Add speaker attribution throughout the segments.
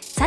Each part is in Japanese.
Speaker 1: さ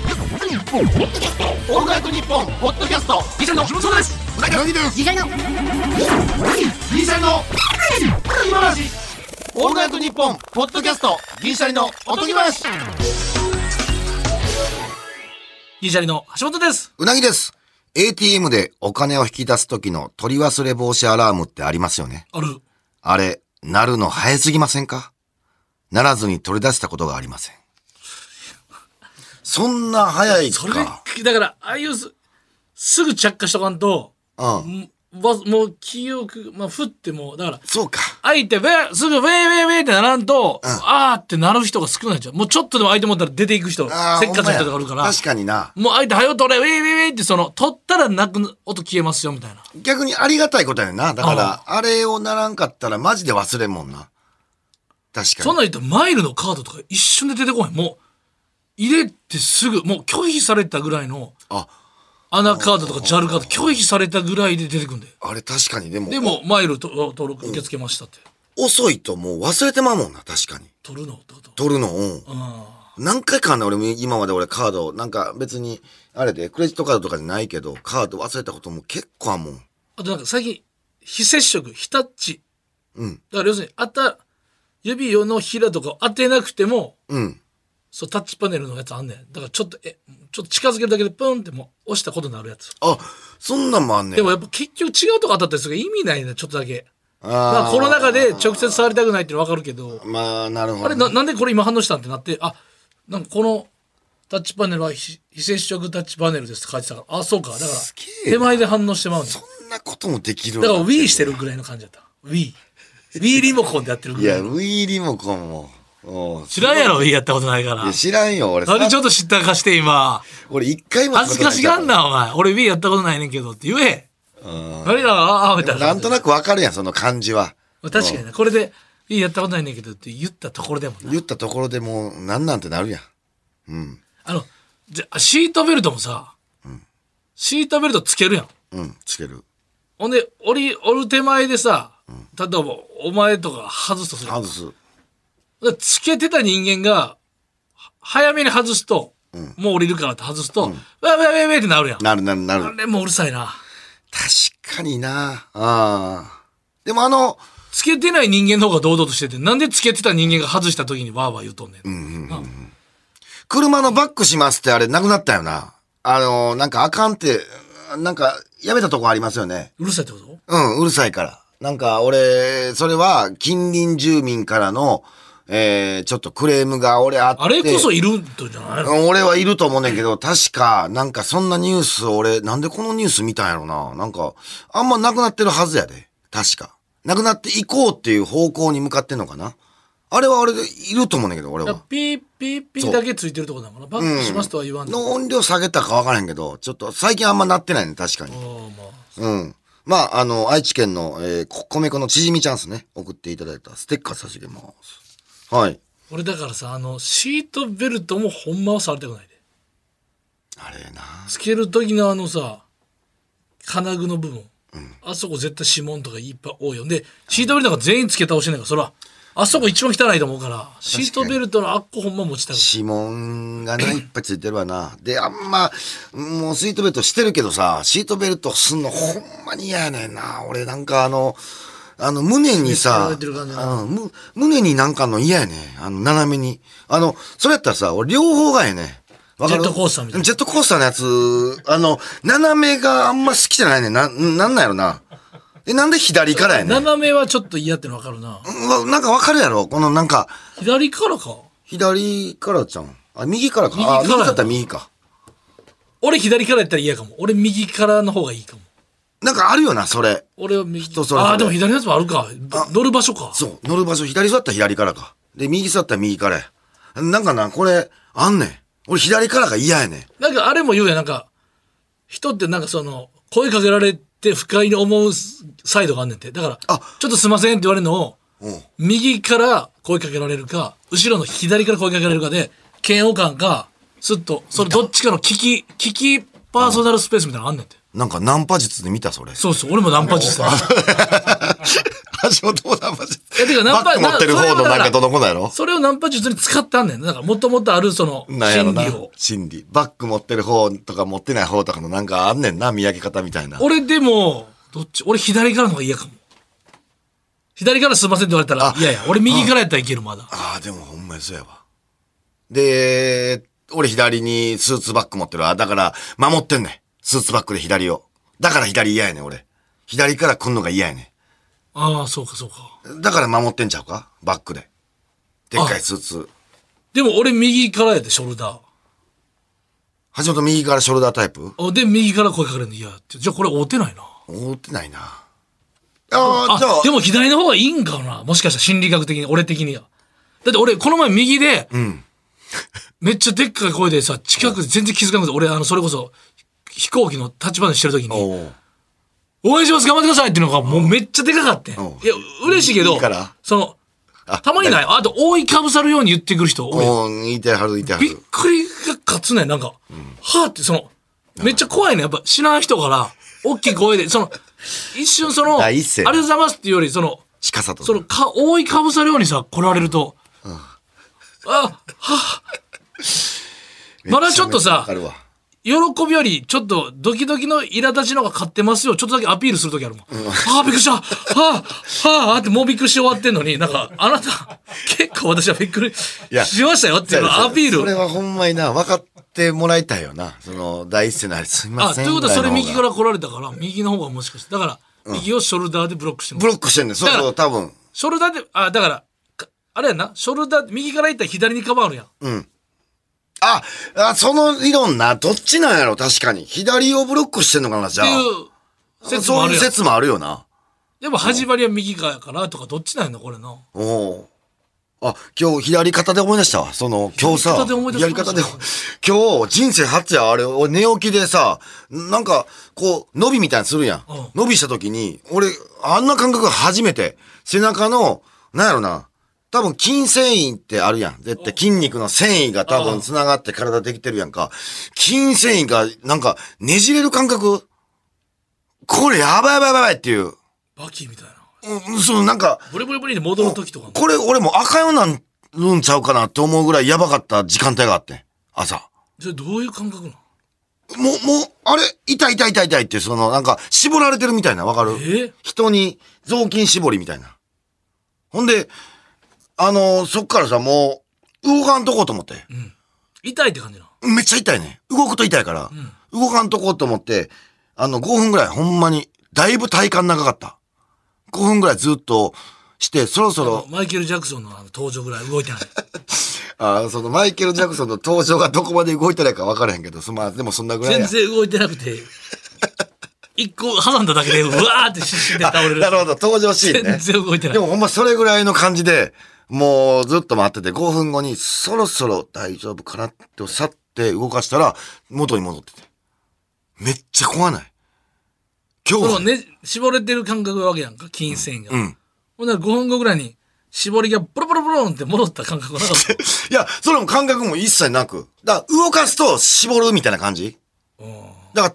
Speaker 2: ッポンオールナイトニッポンポッドキャストギシャリのそうです
Speaker 3: 何です
Speaker 2: ギシャリの今話オールナイトニッポンポッドキャストギシャリのおとぎ話ギシャリの橋本です
Speaker 3: うなぎです。ATM でお金を引き出す時の取り忘れ防止アラームってありますよね。
Speaker 2: ある
Speaker 3: あれ、なるの早すぎませんかならずに取り出したことがありません。そんな早い
Speaker 4: それ
Speaker 3: か。
Speaker 4: だからああいうすすぐ着火しとかんと
Speaker 3: うん。
Speaker 4: んわもう記憶、まあ、ふってもうだから
Speaker 3: そうか。
Speaker 4: 相手ウェすぐウェイウェイウェイってならんと、あーってなる人が少ないじゃんもうちょっとでも相手持ったら出ていく人せっ
Speaker 3: あ
Speaker 4: か
Speaker 3: ー
Speaker 4: ちな
Speaker 3: ほ
Speaker 4: 人が
Speaker 3: ん
Speaker 4: お
Speaker 3: ま
Speaker 4: る
Speaker 3: や
Speaker 4: から
Speaker 3: 確かにな。
Speaker 4: もう相手早よ取れウェイウェイウェイってその取ったらなく音消えますよみたいな
Speaker 3: 逆にありがたいことやねんな。だから、あれをならんかったらマジで忘れんもんな。確
Speaker 4: そ
Speaker 3: か
Speaker 4: ん
Speaker 3: に。
Speaker 4: なん言ったらマイルのカードとか一瞬で出てこないもう入れてすぐもう拒否されたぐらいの
Speaker 3: あ、
Speaker 4: アナカードとか JAL カード拒否されたぐらいで出てくんで
Speaker 3: あれ確かに。でも、
Speaker 4: でもマイルと登録受け付けましたって
Speaker 3: 遅いともう忘れてまうもんな。確かに。
Speaker 4: 取るのってこと
Speaker 3: 取るの、うん。何回かあんねん俺も今まで俺カード、なんか別に、あれで、クレジットカードとかじゃないけど、カード忘れたことも結構あんもん。
Speaker 4: あとなんか最近非接触非タッチ
Speaker 3: うん。
Speaker 4: だから要するにあた指のひらとかを当てなくても
Speaker 3: うん。
Speaker 4: そうタッチパネルのやつあんねんだからちょっとえちょっと近づけるだけでプンってもう押したことになるやつ
Speaker 3: あ、そんなんもあんねん。
Speaker 4: でもやっぱ結局違うとこ当たったりするから意味ないねちょっとだけ
Speaker 3: あー、
Speaker 4: まあコロナ禍で直接触りたくないっていうの分かるけど
Speaker 3: まあ、なるほど。
Speaker 4: あれななんでこれ今反応したんってなってあなんかこのタッチパネルは非非接触タッチパネルですって書いてたからあそうかだから
Speaker 3: げえ
Speaker 4: 手前で反応してまうねんだか
Speaker 3: そんなこともできる
Speaker 4: ら Wii
Speaker 3: し
Speaker 4: してるぐらいの感じだった WeeWe リモコンでやってる
Speaker 3: い
Speaker 4: ぐらい
Speaker 3: や、ウィーリモコンも。おう
Speaker 4: 知らんやろ Wii やったことないから
Speaker 3: いや知らんよ、俺。
Speaker 4: なんでちょっと知ったかして今。
Speaker 3: 俺一回も
Speaker 4: 恥ずかしがん
Speaker 3: な
Speaker 4: な、お前。俺 Wii やったことないねんけどって言え。何だ、ああ、みたい
Speaker 3: い。な
Speaker 4: な。
Speaker 3: んとなくわかるやん、その感じは。
Speaker 4: 確かにな。これで、Wii やったことないねんけどって言ったところでもな。
Speaker 3: 言ったところでもう、なんなんてなるやん。
Speaker 4: あの、じゃシートベルトもさ、シートベルトつけるやん。
Speaker 3: うん、つける。
Speaker 4: ほんで、折り、折る手前でさ、例えば、お前とか外すとする。
Speaker 3: 外す。
Speaker 4: だからつけてた人間が、は早めに外すと、もう降りるからって外すと、うわわわわわってなるやん。
Speaker 3: なるなるなる
Speaker 4: あ。れもううるさいな。
Speaker 3: 確かにな。ああ。でもあの、
Speaker 4: つけてない人間の方が堂々としてて、なんでつけてた人間が外した時にわーわー言うとんねん。あ
Speaker 3: 車のバックしますってあれなくなったよな。あの、なんかあかんって、なんかやめたとこありますよね。
Speaker 4: うるさいってこと
Speaker 3: うん、うるさいから。なんか俺、それは近隣住民からの、えー、ちょっとクレームが俺あって。
Speaker 4: あれこそいるんじゃないの
Speaker 3: うん俺はいると思うねんけど、確か、なんかそんなニュースを俺、なんでこのニュース見たんやろな。なんか、あんまなくなってるはずやで。確か。なくなっていこうっていう方向に向かってんのかな。あれは俺でいると思うねんだけど、俺は。
Speaker 4: ピーピーピーだけついてるとこだもんな。バックしますとは言わんの。
Speaker 3: の音量下げたかわからへんけど、ちょっと最近あんまなってないね、確かに。
Speaker 4: ああまあ
Speaker 3: うん。まあ、あの、愛知県の、えー、こ米粉のチヂミチャンスね、送っていただいたステッカー差し上げます。はい。
Speaker 4: 俺だからさ、あの、シートベルトもほんまは触りたくないで。
Speaker 3: あれな。
Speaker 4: つける時のあのさ、金具の部分。あそこ絶対指紋とかいっぱい多いよ。で、シートベルトが全員つけ倒してないから、そら、あそこ一番汚いと思うから、シートベルトのあっこほんま持ちたくない。
Speaker 3: 指紋がね、いっぱいついてるわな。で、あんま、もうシートベルトしてるけどさ、シートベルトすんのほんまに嫌やねんな。俺なんかあの、あの、胸にさ、
Speaker 4: 締め付けられてる感じな
Speaker 3: うんむ胸になんかあんの嫌やねん。あの、斜めに。あの、それやったらさ、俺両方がやねん。わかる
Speaker 4: ジェットコースターみたいな
Speaker 3: ジェットコースターのやつ、あの、斜めがあんま好きじゃないねん。な、なんなんやろな。え、なんで左からやねん
Speaker 4: 斜めはちょっと嫌っての分かるな
Speaker 3: うんわなんかわかるやろこのなんか、
Speaker 4: 左からか
Speaker 3: 左からじゃん。あ、右からか。あ、
Speaker 4: 右から
Speaker 3: 右だったら右か。
Speaker 4: 俺左からやったら嫌かも俺右からの方がいいかも
Speaker 3: なんかあるよな、それ。
Speaker 4: 俺は右
Speaker 3: 人それぞれ
Speaker 4: ああでも左のやつもあるか乗る場所か
Speaker 3: そう、乗る場所左座ったら左からか。で、右座ったら右からや。なんかな、これ、あんねん。俺左からが嫌やねん。
Speaker 4: なんかあれも言うやんなんか人ってなんかその声かけられて不快に思うサイドがあんねんてだから
Speaker 3: あ
Speaker 4: ちょっとすいませんって言われるのを
Speaker 3: うん。
Speaker 4: 右から声かけられるか後ろの左から声かけられるかで嫌悪感かすっとそれどっちかの聞き聞きパーソナルスペースみたいなのあんねんて
Speaker 3: なんかナンパ術で見た、それ。
Speaker 4: そうそう俺もナンパ術だ
Speaker 3: 橋本もナンパ術。
Speaker 4: いやてかナンパ
Speaker 3: バッグ持ってる方のなんかどの子だやろ
Speaker 4: それをナンパ術に使ってあんねんだからもともとあるその
Speaker 3: なんやろ
Speaker 4: 心
Speaker 3: な
Speaker 4: 理を。
Speaker 3: 心理。バッグ持ってる方とか持ってない方とかのなんかあんねんな、見分け方みたいな。
Speaker 4: 俺でもどっち俺左からの方が嫌かも左からすいませんって言われたら
Speaker 3: あ
Speaker 4: いやいや俺右からやったらいけるまだ
Speaker 3: ああ、でもほんまにそうやわ。で、俺左にスーツバッグ持ってる。あ、だから、守ってんねん。スーツバッグで左を。だから左嫌やねん、俺。左から来んのが嫌やね
Speaker 4: ああそうかそうか
Speaker 3: ん。だから守ってんちゃうかバッグで。でっかいスーツ。
Speaker 4: でも俺右からやでショルダ
Speaker 3: 橋本右からショルダータイプ
Speaker 4: ーあで右から声かけられるの嫌やってじゃあこれ合うてないな
Speaker 3: 覆ってないな。ああ、じゃ
Speaker 4: あ
Speaker 3: あ、
Speaker 4: でも左の方がいいんかなもしかしたら心理学的に俺的にはだって俺この前右で、めっちゃでっかい声でさ近くで全然気づかなくて俺あのそれこそ飛行機の立ち話してる時に
Speaker 3: おう
Speaker 4: 「応援します頑張ってください」っていうのがもうめっちゃでかかってんい
Speaker 3: おう
Speaker 4: や嬉しいけど
Speaker 3: いいから
Speaker 4: その
Speaker 3: あ
Speaker 4: たまにないあと覆いかぶさるように言ってくる人俺
Speaker 3: おう、いてはる、いては
Speaker 4: びっ
Speaker 3: る。
Speaker 4: くりが勝つねなんか、はあってそのめっちゃ怖いねやっぱ知らない人から大きい声でその一瞬その「あ
Speaker 3: 第
Speaker 4: り
Speaker 3: 一声
Speaker 4: がとうございます」っていうよりその
Speaker 3: 近さと。
Speaker 4: そのか、覆いかぶさるようにさ、来られると、あ、はあまだちょっとさ
Speaker 3: わかるわ。
Speaker 4: 喜びより、ちょっと、ドキドキの苛立ちの方が勝ってますよ。ちょっとだけアピールするときあるもん。ああ、びっくりした。はあ、はあ、ってもうびっくりし終わってんのに、なんか、あなた、結構私はびっくりし
Speaker 3: や
Speaker 4: ましたよっていうのをアピ
Speaker 3: それ
Speaker 4: ール。
Speaker 3: はほんまにな、分かってもらいたいよな。その、第一声のあれ、すいま
Speaker 4: あ、
Speaker 3: せ
Speaker 4: と
Speaker 3: ん。
Speaker 4: いうことはそれ右か
Speaker 3: ぐいの方が
Speaker 4: ら来られたから、右の方がもしかして。だから、右をショルダーでブロックしてます
Speaker 3: ブロックしてんねん。そうそう、
Speaker 4: だ
Speaker 3: 多分。
Speaker 4: ショルダーで、あ、だから、かあれやんな、ショルダー、右から行ったら左にカバーあるやん。
Speaker 3: あ、あ、その理論な、どっちなんやろ、確かに。左をブロックしてんのかな、じゃ
Speaker 4: っ
Speaker 3: あ。
Speaker 4: ていう説も
Speaker 3: そ
Speaker 4: あ
Speaker 3: う
Speaker 4: る
Speaker 3: いう
Speaker 4: やん
Speaker 3: 説もあるよな。
Speaker 4: でも始まりは右側やからとかどっちなんやのこれの
Speaker 3: おおう。あ、今日、左肩で思い出したわ。その、今日さ、
Speaker 4: 左肩で思い出し
Speaker 3: 左
Speaker 4: ました
Speaker 3: 肩で、今日、人生初や、あれ、俺寝起きでさ、なんか、こう、伸びみたいにするやん。
Speaker 4: うん
Speaker 3: 伸びした時に、俺、あんな感覚初めて、背中の、なんやろな、多分筋繊維ってあるやん。絶対筋肉の繊維が多分繋がって体できてるやんか。筋繊維が、なんか、ねじれる感覚これ、やばいやばいやばいっていう。
Speaker 4: バキみたいな
Speaker 3: うん、そのなんか、
Speaker 4: ブリブリブリで戻る時とかも
Speaker 3: これ俺も赤ようなんるんちゃうかなって思うぐらいやばかった時間帯があってん朝。
Speaker 4: それどういう感覚なの
Speaker 3: もう、もう、あれ痛い痛い痛い痛いって、その、なんか、絞られてるみたいな、わかる
Speaker 4: え
Speaker 3: 人に、雑巾絞りみたいな。ほんで、あのーそっからさ、もう、動かんとこうと思って。
Speaker 4: 痛いって感じなの
Speaker 3: めっちゃ痛いね。動くと痛いから、動かんとこうと思って、あの、5分ぐらい、ほんまに、だいぶ体感長かった。5分ぐらいずっとして、そろそろ、
Speaker 4: マイケル・ジャクソンのあの登場ぐらい動いてない
Speaker 3: あーそのマイケル・ジャクソンの登場がどこまで動いてないか分からへんけど、そまあ、でもそんなぐらい
Speaker 4: 全
Speaker 3: や。
Speaker 4: 然動いてなくて一個挟んだだけでうわーって失神で倒れる
Speaker 3: なるほど、登場シーンね
Speaker 4: 全。然動いてない
Speaker 3: でもほんまそれぐらいの感じで、もうずっと待ってて、5分後にそろそろ大丈夫かなって去って動かしたら、元に戻ってて。めっちゃ怖ない。今日
Speaker 4: そ
Speaker 3: は
Speaker 4: のね絞れてる感覚がわけやんか筋繊維が、
Speaker 3: ん
Speaker 4: ほんなら5分後ぐらいに絞りがボロボロボロンって戻った感覚がなかった
Speaker 3: いや、それも感覚も一切なく。だから動かすと絞るみたいな感じ。 だから、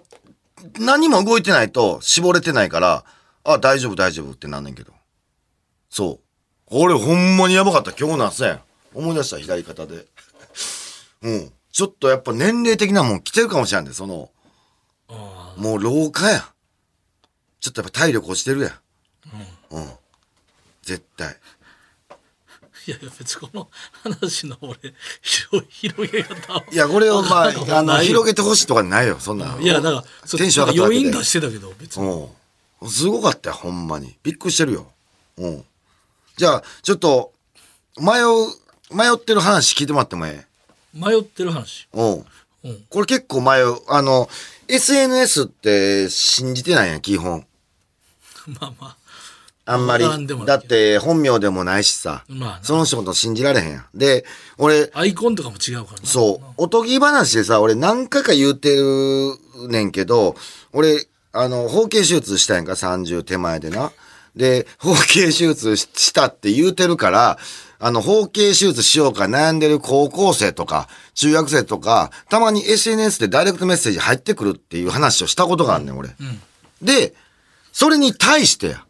Speaker 3: 何も動いてないと絞れてないから、あ、大丈夫大丈夫ってなんねんけど。そう。これほんまにやばかった。今日の朝やん。思い出した、左肩で。 うん。ちょっとやっぱ年齢的なもん来てるかもしれんで、その、もう老化やん。ちょっとやっぱ体力落ちてるやん。うん。絶対。
Speaker 4: いやいや別にこの話の俺広広げ方はい
Speaker 3: や、これを まあ、あの、
Speaker 4: ないよ
Speaker 3: 広げてほしいとかないよ、そんな。
Speaker 4: いや、だから、そう
Speaker 3: テンション上がっただけ
Speaker 4: 余
Speaker 3: で
Speaker 4: 韻出してたけど、別に。
Speaker 3: うん。すごかったよ、ほんまに。びっくりしてるよ。うん。じゃあ、ちょっと、迷う、迷ってる話聞いてもらってもええ
Speaker 4: 迷ってる話。
Speaker 3: うん。
Speaker 4: うん。
Speaker 3: これ結構迷う。あの、SNS って信じてないやん、基本。
Speaker 4: まあま
Speaker 3: あんまり
Speaker 4: わからんでも。な
Speaker 3: だ
Speaker 4: い
Speaker 3: っ
Speaker 4: けど
Speaker 3: て本名でもないしさ。
Speaker 4: まあな
Speaker 3: その人のこと信じられへんやん。で、俺、
Speaker 4: あ。アイコンとかも違うからな。
Speaker 3: そう、おとぎ話でさ、俺何回か言うてるねんけど、俺、あの、包茎手術したやんか、30手前でな。で、包茎手術ししたって言うてるから、あの、包茎手術しようか悩んでる高校生とか、中学生とか、たまに SNS でダイレクトメッセージ入ってくるっていう話をしたことがあんねん、俺。で、それに対してや、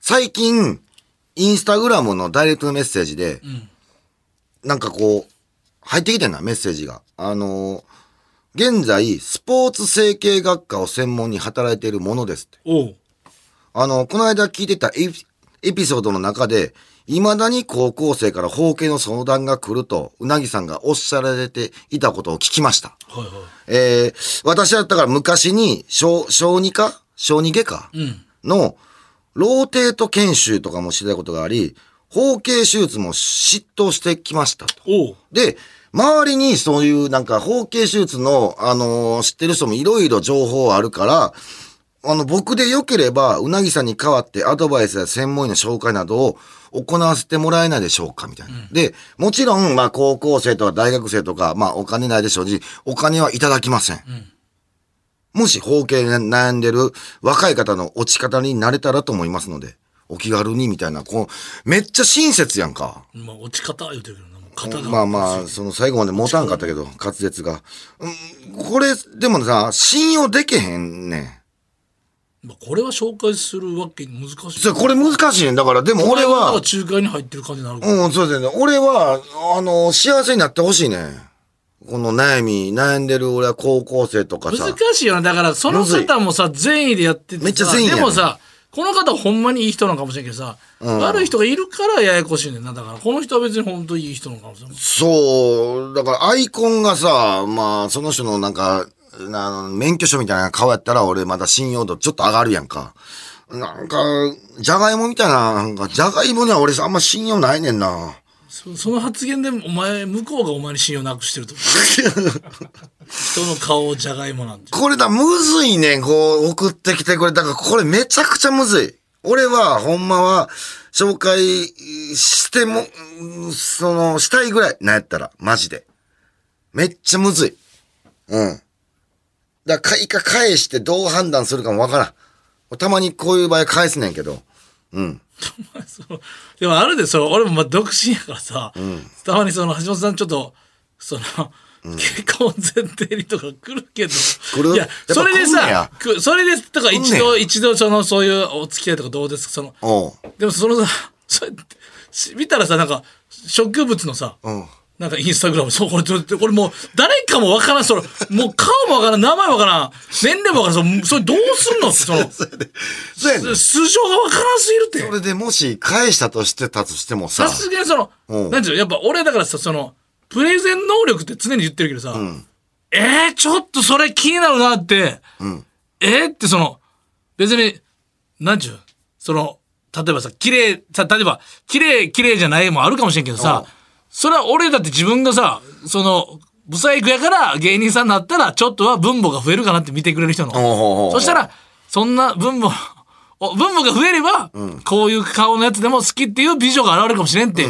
Speaker 3: 最近、インスタグラムのダイレクトメッセージで、
Speaker 4: ん
Speaker 3: なんかこう、入ってきてんな、メッセージが。あのー現在、スポーツ整形学科を専門に働いているものですって。
Speaker 4: おう。
Speaker 3: あの、この間聞いてたエピエピソードの中で、未だに高校生から包茎の相談が来ると、うなぎさんがおっしゃられていたことを聞きました。
Speaker 4: はいは
Speaker 3: えー、私はだから昔に小、小児科小児外科、
Speaker 4: い。うん。
Speaker 3: のローテート研修とかもしてたことがあり、包茎手術も嫉妬してきましたと。
Speaker 4: おう。
Speaker 3: で、周りにそういうなんか包茎手術の、あのー知ってる人もいろいろ情報あるから、あの、僕で良ければ、うなぎさんに代わってアドバイスや専門医の紹介などを行わせてもらえないでしょうかみたいな。で、もちろん、まあ、高校生とか大学生とか、まあ、お金ないでしょうし、お金はいただきません。もし、包茎で悩んでる若い方の落ち方になれたらと思いますので、お気軽に、みたいな、こう、めっちゃ親切やんか。
Speaker 4: まあ、落ち方言うてるけどな。もう肩が。
Speaker 3: まあまあ、その最後まで持たんかったけど、滑舌が。うん、これ、でもさ、信用できへんねん。
Speaker 4: まあこれは紹介するわけ難しい。
Speaker 3: そうこれ難しいねんだから、でも俺
Speaker 4: お前
Speaker 3: は
Speaker 4: だ、から仲介に入ってる感じになるから。
Speaker 3: うん、そうですね。俺は、あの、幸せになってほしいねん。この悩み、悩んでる俺は高校生とかさ
Speaker 4: 難。しいよな。だから、その方もさ、善意でやっててさ
Speaker 3: めっちゃ善意やん
Speaker 4: でもさ、この方ほんまにいい人なのかもしれんけどさ、悪い人がいるからややこしいねんな。だから、この人は別に本当にいい人なのかもしれん。
Speaker 3: そう、だからアイコンがさ、まあ、その人のなんか、な免許証みたいな顔やったら俺まだ信用度ちょっと上がるやんか。なんか、じゃがいもみたいな、なんか、じゃがいもには俺あんま信用ないねんな。
Speaker 4: そその発言で、お前、向こうがお前に信用なくしてると思 う。人の顔をじゃがいもなんて。
Speaker 3: これだ、むずいねん、こう、送ってきてくれたから、これめちゃくちゃむずい。俺は、ほんまは、紹介しても、うんその、したいぐらい、なんやったら、マジで。めっちゃむずい。うん。だから、一回返してどう判断するかもわからん。たまにこういう場合返すねんけど。うん。
Speaker 4: お前 そのでもあるで、その俺もまあ独身やからさ、たまにその橋本さんちょっと、その、結婚を前提にとか来るけど。
Speaker 3: る
Speaker 4: いや
Speaker 3: やっ、ぱ
Speaker 4: それで
Speaker 3: 来んねや
Speaker 4: さ、くそれで、とか一
Speaker 3: 来ん
Speaker 4: 度、一度、その、そういうお付き合いとかどうですか、その、
Speaker 3: おう。
Speaker 4: でもそのさ、 それし見たらさ、なんか、植物のさ、
Speaker 3: うん。
Speaker 4: なんかインスタグラム、そう、これ、ちょっとこれもう、誰かもわからん、その、もう顔もわからん、名前もわからん、年齢もわからん、そのそれどうすんのその、
Speaker 3: そうやねん
Speaker 4: 素性がわからんすぎるって
Speaker 3: そ。れでもし、返したとしてたとしてもさ
Speaker 4: さ、すがにその、
Speaker 3: うん
Speaker 4: なんていうのやっぱ俺だからさ、その、プレゼン能力って常に言ってるけどさ、えー、ちょっとそれ気になるなって、えー、ってその、別に、なんちゅう、その、例えばさ、綺麗、さ、例えば、綺麗、綺麗じゃないもあるかもしれんけどさ
Speaker 3: うん、
Speaker 4: それは俺だって自分がさ、その、不細工やから芸人さんになったら、ちょっとは分母が増えるかなって見てくれる人の。
Speaker 3: おうおうおう
Speaker 4: そしたら、そんな分母、 お分母が増えれば、こういう顔のやつでも好きっていう美女が現れるかもしれんって。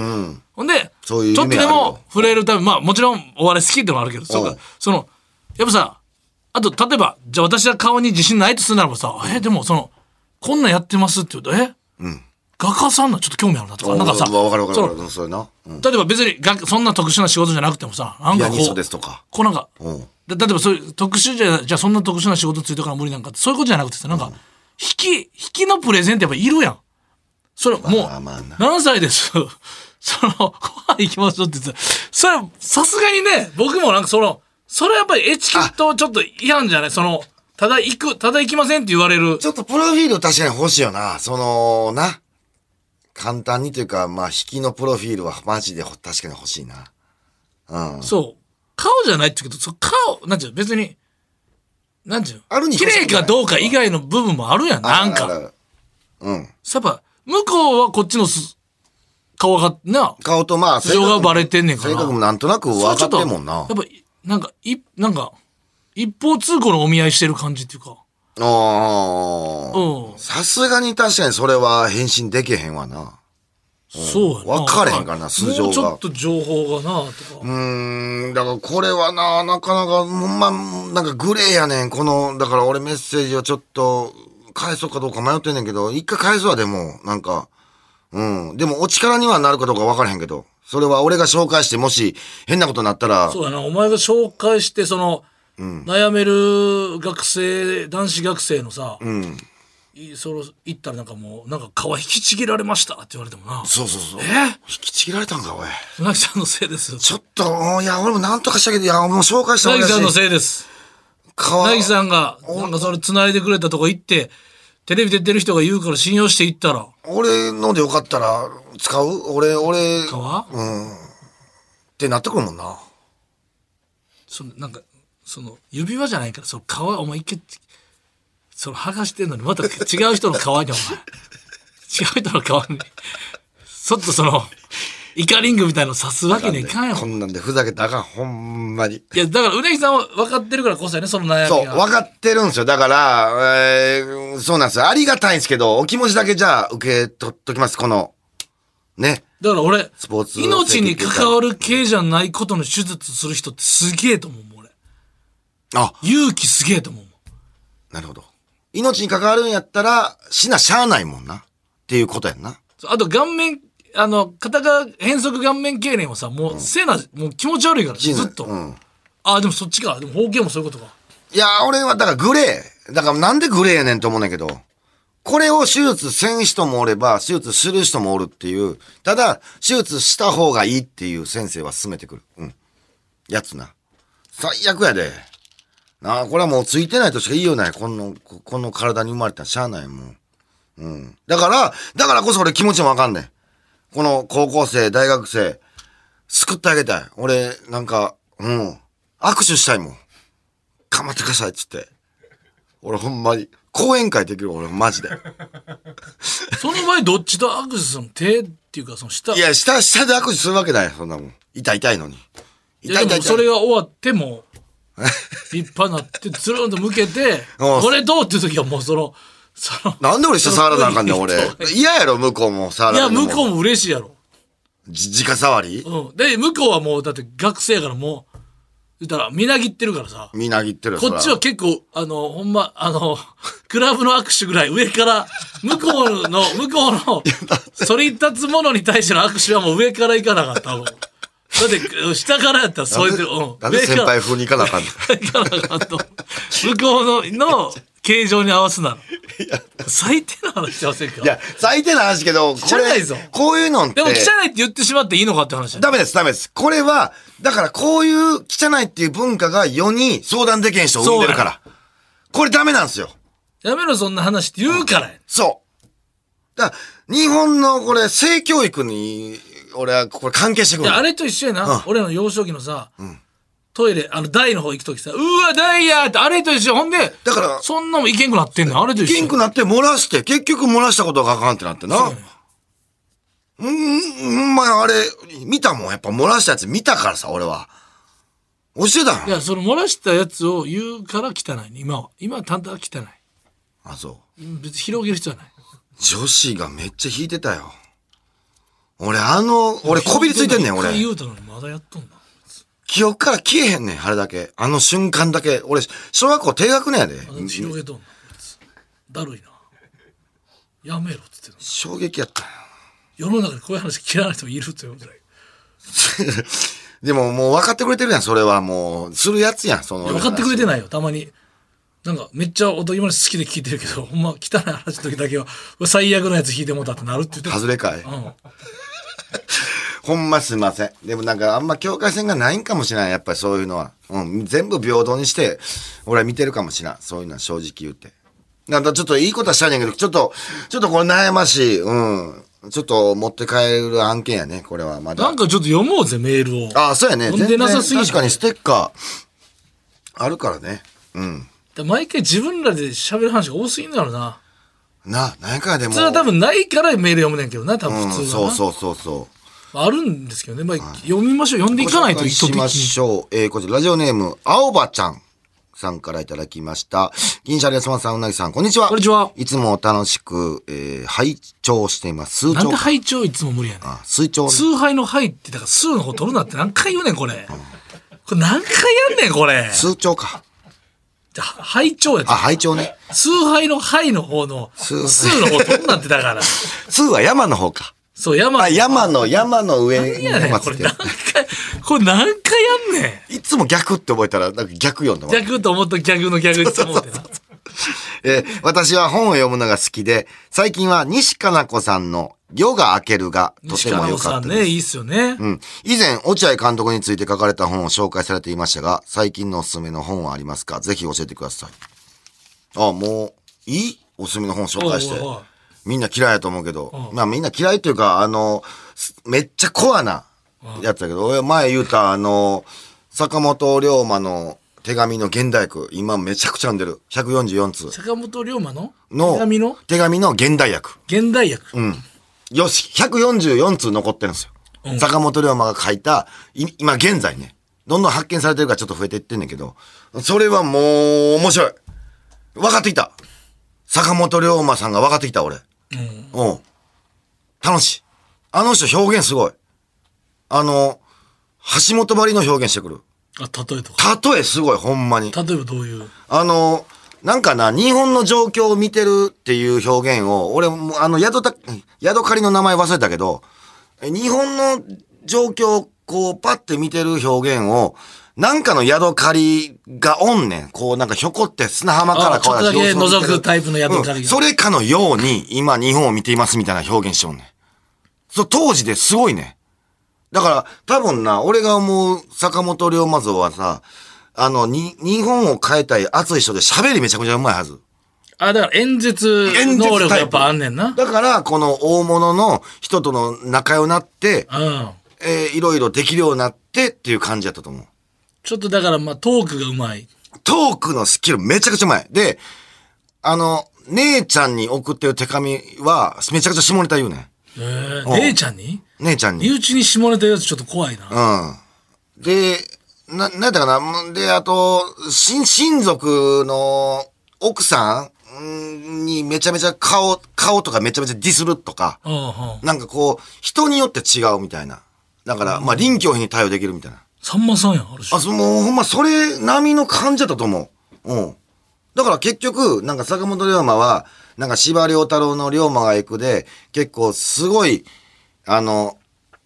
Speaker 4: ほんで、
Speaker 3: そういう
Speaker 4: ちょっと
Speaker 3: 夢あるよ
Speaker 4: でも触れるため、まあもちろんお笑い好きってのもあるけど、そう
Speaker 3: うん
Speaker 4: か、その、やっぱさ、あと例えば、じゃあ私は顔に自信ないとするならばさ、え、でもその、こんなんやってますって言うと、え、画家さんなんちょっと興味あるなとか、なんかさ、
Speaker 3: わわかるわかるわか
Speaker 4: そ
Speaker 3: る。うんそうやな。うん
Speaker 4: の例えば別にがそんな特殊な仕事じゃなくてもさ、なん
Speaker 3: ピ
Speaker 4: か
Speaker 3: ア
Speaker 4: こ
Speaker 3: ニストで
Speaker 4: う、
Speaker 3: すとか。
Speaker 4: こうなんか、
Speaker 3: うん。
Speaker 4: だ例えばそういう特殊じゃじゃあそんな特殊な仕事ついたから無理なんかってそういうことじゃなくてさなんか、引き引きのプレゼンってやっぱいるやんそれもう、
Speaker 3: まあまあな
Speaker 4: 何歳です そのご飯行きましょうって言ってさそれさすがにね僕もなんかそのそれはやっぱりエチケットちょっと違反じゃないそのただ行くただ行きませんって言われる
Speaker 3: ちょっとプロフィール確かに欲しいよな。その、な。簡単にというか、まあ、引きのプロフィールはマジでほ確かに欲しいな。うん。
Speaker 4: そう顔じゃないって言うけどそう顔なんていうの別になんていうの
Speaker 3: あるに
Speaker 4: 綺
Speaker 3: 越したことない
Speaker 4: 麗かどうか以外の部分もあるやん。なん
Speaker 3: あ
Speaker 4: か。
Speaker 3: らうん。
Speaker 4: やっぱ、向こうはこっちのす顔が、な、
Speaker 3: 顔とまあ、
Speaker 4: 素性がバレてんねんから
Speaker 3: 性格もなんとなく分
Speaker 4: そうち
Speaker 3: か
Speaker 4: ょ
Speaker 3: っ
Speaker 4: っと
Speaker 3: てんもんな。
Speaker 4: やっぱ、なんか、い、なんか、一方通行のお見合いしてる感じっていうか。
Speaker 3: ああ。
Speaker 4: うん。
Speaker 3: さすがに確かにそれは返信できへんわな。
Speaker 4: そうやな。
Speaker 3: 分かれへんからな素性が
Speaker 4: もうちょっと情報がな、とか。
Speaker 3: うーん、だからこれはな、なかなか、ほんま、なんかグレーやねん。この、だから俺メッセージをちょっと、返そうかどうか迷ってんねんけど、一回返すわ、でも、なんか。うん。でも、お力にはなるかどうか分からへんけど、それは俺が紹介して、もし、変なことになったら、
Speaker 4: そうやな、お前が紹介して、その、悩める学生、男子学生のさ、
Speaker 3: うん。
Speaker 4: いその行ったらなんかもう、なんか皮引きちぎられましたって言われてもな、
Speaker 3: そうそうそう。
Speaker 4: え
Speaker 3: 引きちぎられたんか、おい。
Speaker 4: 船木さんのせいです。
Speaker 3: ちょっと、いや、俺もなんとかしたけど、いや、もう紹介した俺
Speaker 4: 船木
Speaker 3: だし
Speaker 4: さんのせいです。
Speaker 3: かわ
Speaker 4: 船木さんが、なんかそれ繋いでくれたとこ行って、テレビ出てる人が言うから信用して行ったら、
Speaker 3: 俺のでよかったら、使う俺、俺、っ
Speaker 4: 皮、
Speaker 3: てなってくるもんな。
Speaker 4: そのなんか、その指輪じゃないから、その皮、お前一回、その剥がしてんのに、また違う人の皮に、お前。違う人の皮に、ちょっとその、イカリングみたいの刺すわけにはいかんよ
Speaker 3: こ。んなんでふざけたらあかん、ほんまに。
Speaker 4: いや、だから、うねぎさんは分かってるからこそやね、その悩
Speaker 3: そ
Speaker 4: み
Speaker 3: う、
Speaker 4: が。
Speaker 3: 分かってるんですよ。だから、えーそうなんですよ。ありがたいんですけど、お気持ちだけじゃあ受け取っときます、この、ね。
Speaker 4: だから俺、
Speaker 3: スポーツ
Speaker 4: 命に関わる系じゃないことの手術する人ってすげえと思うもん、俺。
Speaker 3: あ、
Speaker 4: 勇気すげえと思うもん。
Speaker 3: なるほど。命に関わるんやったら、しなしゃあないもんな。っていうことやんな。
Speaker 4: そうあと、顔面、あの、片側、変則顔面痙攣はさ、もう、せな、もう気持ち悪いから、ずっと。
Speaker 3: うん。
Speaker 4: ああ、でもそっちか。でも、方形もそうい うことか。
Speaker 3: いや、俺はだからグレー。だからなんでグレーやねんと思うねんだけど、これを手術せん人もおれば、手術する人もおるっていう、ただ、手術した方がいいっていう先生は勧めてくる。うん。やつな。最悪やで。なあ、これはもうついてないとしか言いようない。この、ここの体に生まれたらしゃあないもん。うん。だから、だからこそ俺気持ちもわかんねん。この高校生、大学生、救ってあげたい。俺、なんか、うん。握手したいもん。頑張ってくださいっつって。俺ほんまに、講演会できる俺マジで。
Speaker 4: その場合、どっちと握手するの手っていうか、その下。
Speaker 3: いや、下、下で握手するわけないよ、そんなもん。痛い痛いのに。
Speaker 4: い
Speaker 3: 痛
Speaker 4: や
Speaker 3: い痛
Speaker 4: で
Speaker 3: い
Speaker 4: も
Speaker 3: 痛
Speaker 4: それ
Speaker 3: い。
Speaker 4: が終わっ ても、立派なって、つるんと向けて、
Speaker 3: うん
Speaker 4: これどうっていう時はもうその、その、
Speaker 3: なんで俺下触らなあかんねん、俺。嫌やろ、向こうも触
Speaker 4: い
Speaker 3: ら
Speaker 4: や、
Speaker 3: れるのも。
Speaker 4: 向こうも嬉しいやろ。
Speaker 3: じ、直触り
Speaker 4: うん。で、向こうはもう、だって学生やからもう、言ったら、みなぎってるからさ。
Speaker 3: みなぎってるよ
Speaker 4: こっちは
Speaker 3: そ
Speaker 4: 結構、あの、ほんま、あの、 クラブの握手ぐらい上から、向こうの、向こうの、そり立つものに対しての握手はもう上からいかなかった、多分。だって、下からやったら添えてる。う
Speaker 3: ら
Speaker 4: ん。
Speaker 3: なんで
Speaker 4: 上か
Speaker 3: 先
Speaker 4: ら
Speaker 3: 輩風に行かなあかんの
Speaker 4: いかなあかんと向こうのの形状に合わすなら最低な話してませんか
Speaker 3: いや、最低な話けど、こ
Speaker 4: 汚
Speaker 3: れ
Speaker 4: いぞ、
Speaker 3: こういうのって。
Speaker 4: でも汚いって言ってしまっていいのかって話だよ
Speaker 3: ダメです、ダメです。これは、だからこういう汚いっていう文化が世に相談できへん人を生んでるから。これダメなんですよ。
Speaker 4: やめろそんな話って言うからや
Speaker 3: そう。だから日本のこれ、性教育に、俺はこれ関係してく
Speaker 4: い
Speaker 3: る
Speaker 4: やあれと一緒やな、俺の幼少期のさ、トイレあの台の方行く時さ「うわ台や!」ってあれと一緒ほんで
Speaker 3: だから
Speaker 4: そんなもんいけんくなってんのあれと一緒
Speaker 3: ピンクなって漏らして、結局漏らしたことがあかんってなってな。
Speaker 4: そうやね
Speaker 3: うん、うん、まあ、あれ、見たもん。やっぱ漏らしたやつ見たからさ、俺は。教えた
Speaker 4: い
Speaker 3: の
Speaker 4: やその漏らしたやつを言うから汚いね今は今はただ汚い
Speaker 3: あ、そう。
Speaker 4: 別に広げる必要はない
Speaker 3: 女子がめっちゃ引いてたよ。俺、あの、俺、こびりついてんねん、俺
Speaker 4: 一。回言うたのにまだやっとんな
Speaker 3: 記憶から消えへんねん、あれだけ。あの瞬間だけ。俺、小学校低学年やで。
Speaker 4: 広げとんなこいつだるいなやめろっつってんの
Speaker 3: 衝撃やったよ。
Speaker 4: 世の中でこういう話嫌いな人もいるっていうぐらい
Speaker 3: でももう分かってくれてるやん、それはもう。するやつやん、その。
Speaker 4: 分かってくれ
Speaker 3: る
Speaker 4: てないよたまになんかめっちゃ男今の好きで聞いてるけどほんま汚い話の時だけは最悪のやつ聞いてもうたってなるって言って
Speaker 3: 外れかい
Speaker 4: た、うん、
Speaker 3: ほんますいません。でもなんかあんま境界線がないんかもしれない、やっぱりそういうのは。うん、全部平等にして、俺は見てるかもしれん。そういうのは正直言って。なんだ、ちょっといいことはしたいねんけど、ちょっと、ちょっとこれ悩ましい。うん。ちょっと持って帰る案件やね、これはまだ。
Speaker 4: なんかちょっと読もうぜメールを
Speaker 3: ああ、そうやね。
Speaker 4: 読んでなさすぎ
Speaker 3: 全然確かにステッカー、あるからね。うん。
Speaker 4: だから毎回自分らで喋る話が多すぎんだろうな。
Speaker 3: な、なんやかんやでも。
Speaker 4: 普通は多分ないからメール読めねんけどな、多分普通はな、
Speaker 3: うん、そうそうそうそう。
Speaker 4: まああるんですけどね。まあ、読みましょう。読んでいかないと
Speaker 3: ご紹
Speaker 4: 一
Speaker 3: 介しま
Speaker 4: 時
Speaker 3: しょう。えー、こちら、ラジオネーム、青葉ちゃんさんからいただきました。銀シャリアスマンさん、うなぎさん、こんにちは。
Speaker 4: こんにちはい
Speaker 3: つも楽しく、えー、拝聴しています。数
Speaker 4: なん
Speaker 3: 聴
Speaker 4: で。拝聴いつも無理やねん。
Speaker 3: あ水聴ね。
Speaker 4: 崇拝の拝って、だから数の方取るなって何回言うねん、これ。これ何回やんねん、これ。
Speaker 3: 数聴か。
Speaker 4: じゃあ、拝聴
Speaker 3: あ、
Speaker 4: やて。
Speaker 3: 拝聴ね。
Speaker 4: 崇拝の拝の方の、数
Speaker 3: 崇拝
Speaker 4: の方取るなってだから。
Speaker 3: 数は山の方か。
Speaker 4: そう、山。
Speaker 3: あ、山の、山の上
Speaker 4: い
Speaker 3: に
Speaker 4: やねん、
Speaker 3: 山
Speaker 4: こ
Speaker 3: つ
Speaker 4: れ
Speaker 3: って
Speaker 4: 何。回、これ何回やんねん。
Speaker 3: いつも逆って覚えたら、なんか逆読んでもらう
Speaker 4: 逆と思った逆の逆と思って な。
Speaker 3: えー私は本を読むのが好きで、最近は西加奈子さんの夜が明けるがと
Speaker 4: 西
Speaker 3: ても
Speaker 4: 川
Speaker 3: 良
Speaker 4: 直
Speaker 3: か
Speaker 4: さ
Speaker 3: った
Speaker 4: ん
Speaker 3: です。
Speaker 4: ね、いいっすよね。
Speaker 3: うん。以前、落合監督について書かれた本を紹介されていましたが、最近のおすすめの本はありますかぜひ教えてください。あ、もう、いいおすすめの本紹介して
Speaker 4: おいおいおい。
Speaker 3: みんな嫌いやと思うけど
Speaker 4: う、ん
Speaker 3: まあみんな嫌いというか、あの、すめっちゃコアなやつだけど、俺前言うた、あの、坂本龍馬の手紙の現代句、今めちゃくちゃ読んでる。144通。
Speaker 4: 坂本龍馬の
Speaker 3: の
Speaker 4: 手紙の
Speaker 3: 手紙の現代訳。
Speaker 4: 現代訳。
Speaker 3: うん。よし、144通残ってるんですよ。
Speaker 4: うん
Speaker 3: 坂本龍馬が書いた、い今現在ね。どんどん発見されてるからちょっと増えていってんねんけど、それはもう面白い。分かってきた。坂本龍馬さんが分かってきた、俺。
Speaker 4: うん。
Speaker 3: うん。楽しい。あの人表現すごい。あの、橋本張りの表現してくる。
Speaker 4: あ、例えとか。
Speaker 3: 例えすごい、ほんまに。
Speaker 4: 例えばどういう。
Speaker 3: あの、なんかな、日本の状況を見てるっていう表現を、俺も、あの、宿た、宿借りの名前忘れたけど、え日本の状況をこう、パッて見てる表現を、なんかの宿借りがおんねん。こう、なんかひょこって砂浜から
Speaker 4: あちょっとだけ
Speaker 3: 様子を見てる
Speaker 4: 覗くタイプの宿借りが
Speaker 3: うんそれかのように、今日本を見ていますみたいな表現しよんねん。そう、当時ですごいね。だから、多分な、俺が思う坂本龍馬像はさ、あの、に、日本を変えたい熱い人で喋りめちゃくちゃうまいはず。
Speaker 4: あ、だから演説能力がやっぱあんねんな。
Speaker 3: だから、この大物の人との仲良くなって、
Speaker 4: うん。
Speaker 3: えーいろいろできるようになってっていう感じやったと思う。
Speaker 4: ちょっとだからまあトークがうまい。
Speaker 3: トークのスキルめちゃくちゃうまい。で、あの、姉ちゃんに送ってる手紙は、めちゃくちゃ下ネタ言うねん。
Speaker 4: えー、姉ちゃんに
Speaker 3: 姉ちゃんに
Speaker 4: 身。内に下ネタ言うやつちょっと怖いな。
Speaker 3: うん。で、な、なんやったかな。で、あと、親、親族の奥さんうんにめちゃめちゃ顔、顔とかめちゃめちゃディスるとか、
Speaker 4: うんうん。
Speaker 3: なんかこう、人によって違うみたいな。だから、まあ、臨機応変に対応できるみたいな。
Speaker 4: さんまさんやん、ある種
Speaker 3: あ、。そう、もうほんま、それ並みの感じだったと思う。うん。だから結局、なんか坂本龍馬は、なんか芝良太郎の龍馬が行くで、結構すごい、あの、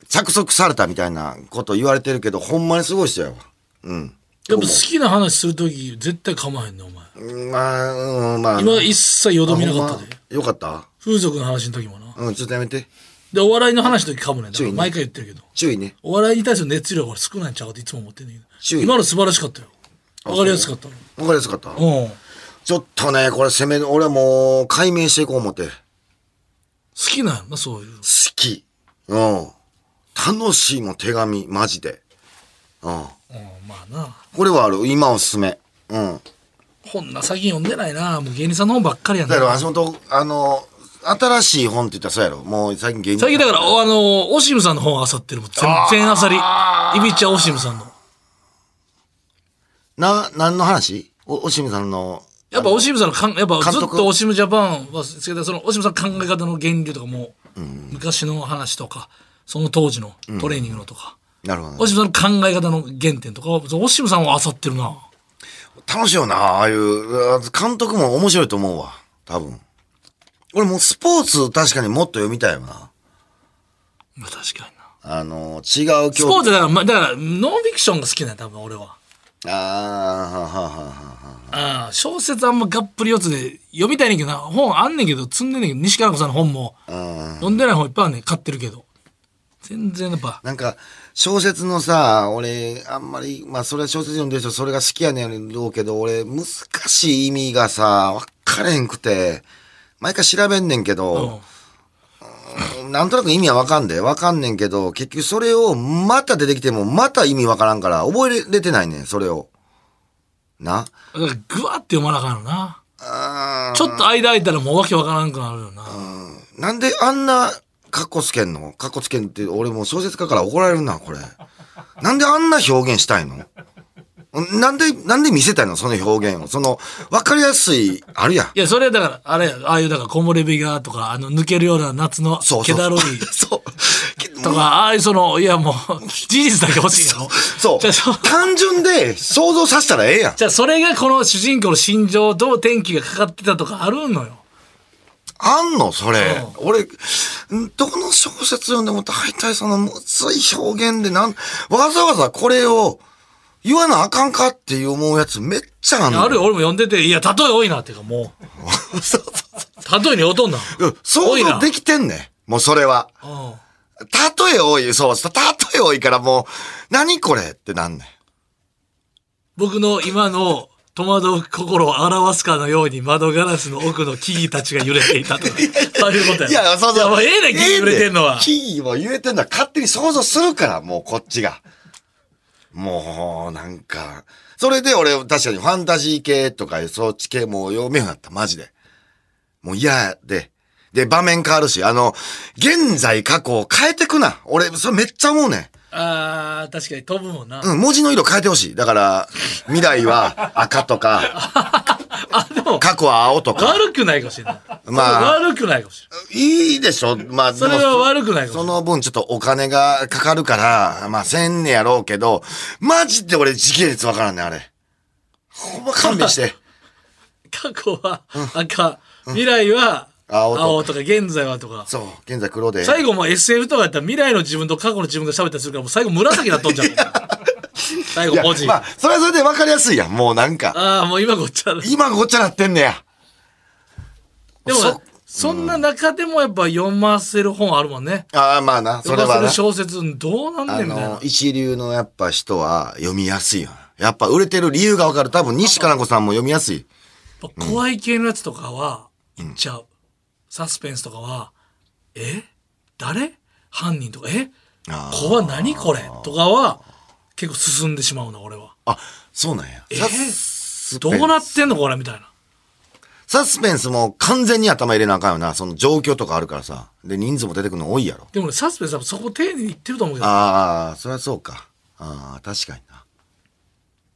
Speaker 3: 着足されたみたいなこと言われてるけど、ほんまにすごい人やわ。うん。
Speaker 4: やっぱ好きな話するとき絶対構わへんねお前。
Speaker 3: うんまあ、うん、まあ。
Speaker 4: 今一切よどみなかったで
Speaker 3: あ。ほんまよかった
Speaker 4: 風俗の話の時もな。
Speaker 3: うん、ちょっとやめて。
Speaker 4: で、お笑いの話の時かもねん。だ
Speaker 3: 注
Speaker 4: か
Speaker 3: 意
Speaker 4: ら
Speaker 3: ね
Speaker 4: 毎回言ってるけど。
Speaker 3: 注意ね。
Speaker 4: お笑いに対する熱量が俺少ないんちゃうかっていつも思ってんねんけ
Speaker 3: 注
Speaker 4: ど。
Speaker 3: 意
Speaker 4: 今の素晴らしかったよ。わかりやすかった。う
Speaker 3: わかりやすかった
Speaker 4: ん。好
Speaker 3: ちょっとね、これ攻める、俺はもう、解明していこう思って。
Speaker 4: きなんやろな、そういう。
Speaker 3: 好き。うん。楽しいもん手紙、マジで。うん。
Speaker 4: うん、まあな。
Speaker 3: これはある。今おすすめ。うん。
Speaker 4: 本な最近読んでないな。もう芸人さんの本ばっかりやな
Speaker 3: だ。から橋本、あの、新しい本って言ったらそうやろ。もう最近芸人。
Speaker 4: 最近だから、おあのー、オシムさんの本あさってるもん。全然あさり。いびちゃオシムさんの。
Speaker 3: な、何の話お、おしみさんの。
Speaker 4: やっぱオシムさんのかん、やっぱ
Speaker 3: 監
Speaker 4: ずっ
Speaker 3: 督
Speaker 4: とオシムジャパンは、そのオシムさんの考え方の源流とかも、昔の話とか、その当時のトレーニングのとか、
Speaker 3: なるほど
Speaker 4: オ
Speaker 3: ね。
Speaker 4: シムさんの考え方の原点とかは、オシムさんはあさってるな。
Speaker 3: 楽しいよな、ああいう。うわ監督も面白いと思うわ。多分。俺もうスポーツ確かにもっと読みたいよな。
Speaker 4: まあ確かにな。
Speaker 3: あの、違う
Speaker 4: スポ
Speaker 3: 競
Speaker 4: ーツだから、まあ、だから、ノンフィクションが好きなんや多分俺は。
Speaker 3: ああ、はははは
Speaker 4: ああ、小説あんまがっぷり四つで読みたいねんけどな、本あんねんけど、積んでんねんけど、西川子さんの本も、
Speaker 3: うん。
Speaker 4: 読んでない本いっぱいあんねん、買ってるけど。全然やっぱ、
Speaker 3: なんか、小説のさ、俺、あんまり、まあ、それは小説読んでる人、それが好きやねんろうけど、俺、難しい意味がさ、わかれへんくて、毎回調べんねんけ
Speaker 4: うん
Speaker 3: ど、、なんとなく意味はわかんで、わかんねんけど、結局それをまた出てきても、また意味わからんから、覚えれてないねん、それを。な。
Speaker 4: だからグワって読まなあかんのな。
Speaker 3: あ
Speaker 4: ちょっと間空いたらもうわけわからんくなるよな。
Speaker 3: ーなんであんな、カッコつけんのカッコつけんって、俺もう小説家から怒られるな、これ。なんであんな表現したいのなんで、なんで見せたいのその表現を。その、わかりやすい、あるやん。
Speaker 4: いや、それはだから、あれや、ああいう、だから、木漏れ日がとか、あの、抜けるような夏の
Speaker 3: そう
Speaker 4: 気
Speaker 3: そう。
Speaker 4: だるい
Speaker 3: そう。け
Speaker 4: とか、ああいう、その、いや、もう、事実だけ欲しいやろ。
Speaker 3: そう
Speaker 4: じゃあそう。
Speaker 3: 単純で想像させたらええやん。
Speaker 4: じゃあ、それがこの主人公の心情と天気がかかってたとかあるのよ。
Speaker 3: あんのそれ。俺、んどの小説読んでも大体そのむずい表現でなん、わざわざこれを言わなあかんかっていう思うやつめっちゃあんの。
Speaker 4: あるよ、俺も読んでて、いや、例え多いな、っていうか、も、
Speaker 3: そうそう
Speaker 4: 例えに劣んな。
Speaker 3: ううん想
Speaker 4: 多いな
Speaker 3: 像できてんねん。もうそれは。
Speaker 4: うん。
Speaker 3: 例え多い、そう、例え多いからもう、何これってなんねん。
Speaker 4: 僕の今の戸惑う心を表すかのように窓ガラスの奥の木々たちが揺れていたとか、そういうことや。
Speaker 3: いや、そうそう。
Speaker 4: や、もうええねん、木々揺れてんのは。
Speaker 3: 木々も揺れてんのは勝手に想像するから、もうこっちが。もう、なんか。それで俺、確かにファンタジー系とか、そっち系もう読めようになった、マジで。もう嫌で。で、場面変わるし、あの、現在過去を変えてくな。俺、それめっちゃ思うねん。
Speaker 4: あー、確かに飛ぶもんな。
Speaker 3: うん、文字の色変えてほしい。だから、未来は赤と か、
Speaker 4: あ、でも、
Speaker 3: 過去は青とか。
Speaker 4: 悪くないかもしれない。
Speaker 3: まあ
Speaker 4: 悪くないかもしれない。
Speaker 3: いいでしょまあ、
Speaker 4: それ
Speaker 3: で
Speaker 4: は
Speaker 3: も
Speaker 4: 悪くないかもしれ
Speaker 3: そ
Speaker 4: ない。
Speaker 3: の分ちょっとお金がかかるから、まあせんねやろうけど、マジで俺時系列わからんねん、あれ。ほんま勘弁 して。
Speaker 4: 過去は赤、未来は
Speaker 3: 青とか
Speaker 4: 青とか、現在はとか。
Speaker 3: そう、現在黒で。
Speaker 4: 最後も SF とかやったら未来の自分と過去の自分が喋ったりするから、もう最後紫になっと んじゃん。最後
Speaker 3: いや
Speaker 4: 文字。
Speaker 3: まあ、それはそれでわかりやすいやん、もうなんか。
Speaker 4: ああ、もう今ごっちゃだ
Speaker 3: 今ごっちゃなってんねや。
Speaker 4: でも
Speaker 3: そ
Speaker 4: そ、んな中でもやっぱ読ませる本あるもんね。
Speaker 3: ああ、まあな、それ
Speaker 4: 読ま
Speaker 3: は
Speaker 4: せ
Speaker 3: な
Speaker 4: る。小説どうなん
Speaker 3: あ
Speaker 4: ねんみたい
Speaker 3: の
Speaker 4: な、。
Speaker 3: 一流のやっぱ人は読みやすいよ。やっぱ売れてる理由がわかる。多分西加奈子さんも読みやすい。
Speaker 4: 怖い系のやつとかは、いっちゃう。サスペンスとかは、え誰犯人とか、え
Speaker 3: あー
Speaker 4: 怖い何これとかは、結構進んでしまうな、俺は。
Speaker 3: あ、そうなんや。
Speaker 4: え
Speaker 3: サス
Speaker 4: ど
Speaker 3: ペン
Speaker 4: うなってんのこれみたいな。
Speaker 3: サスペンスも完全に頭入れなあかんよな。その状況とかあるからさ。で、人数も出てくるの多いやろ。
Speaker 4: でもね、サスペンスはそこ丁寧に言ってると思うけど、
Speaker 3: ああ、そりゃそうか。ああ、確かにな。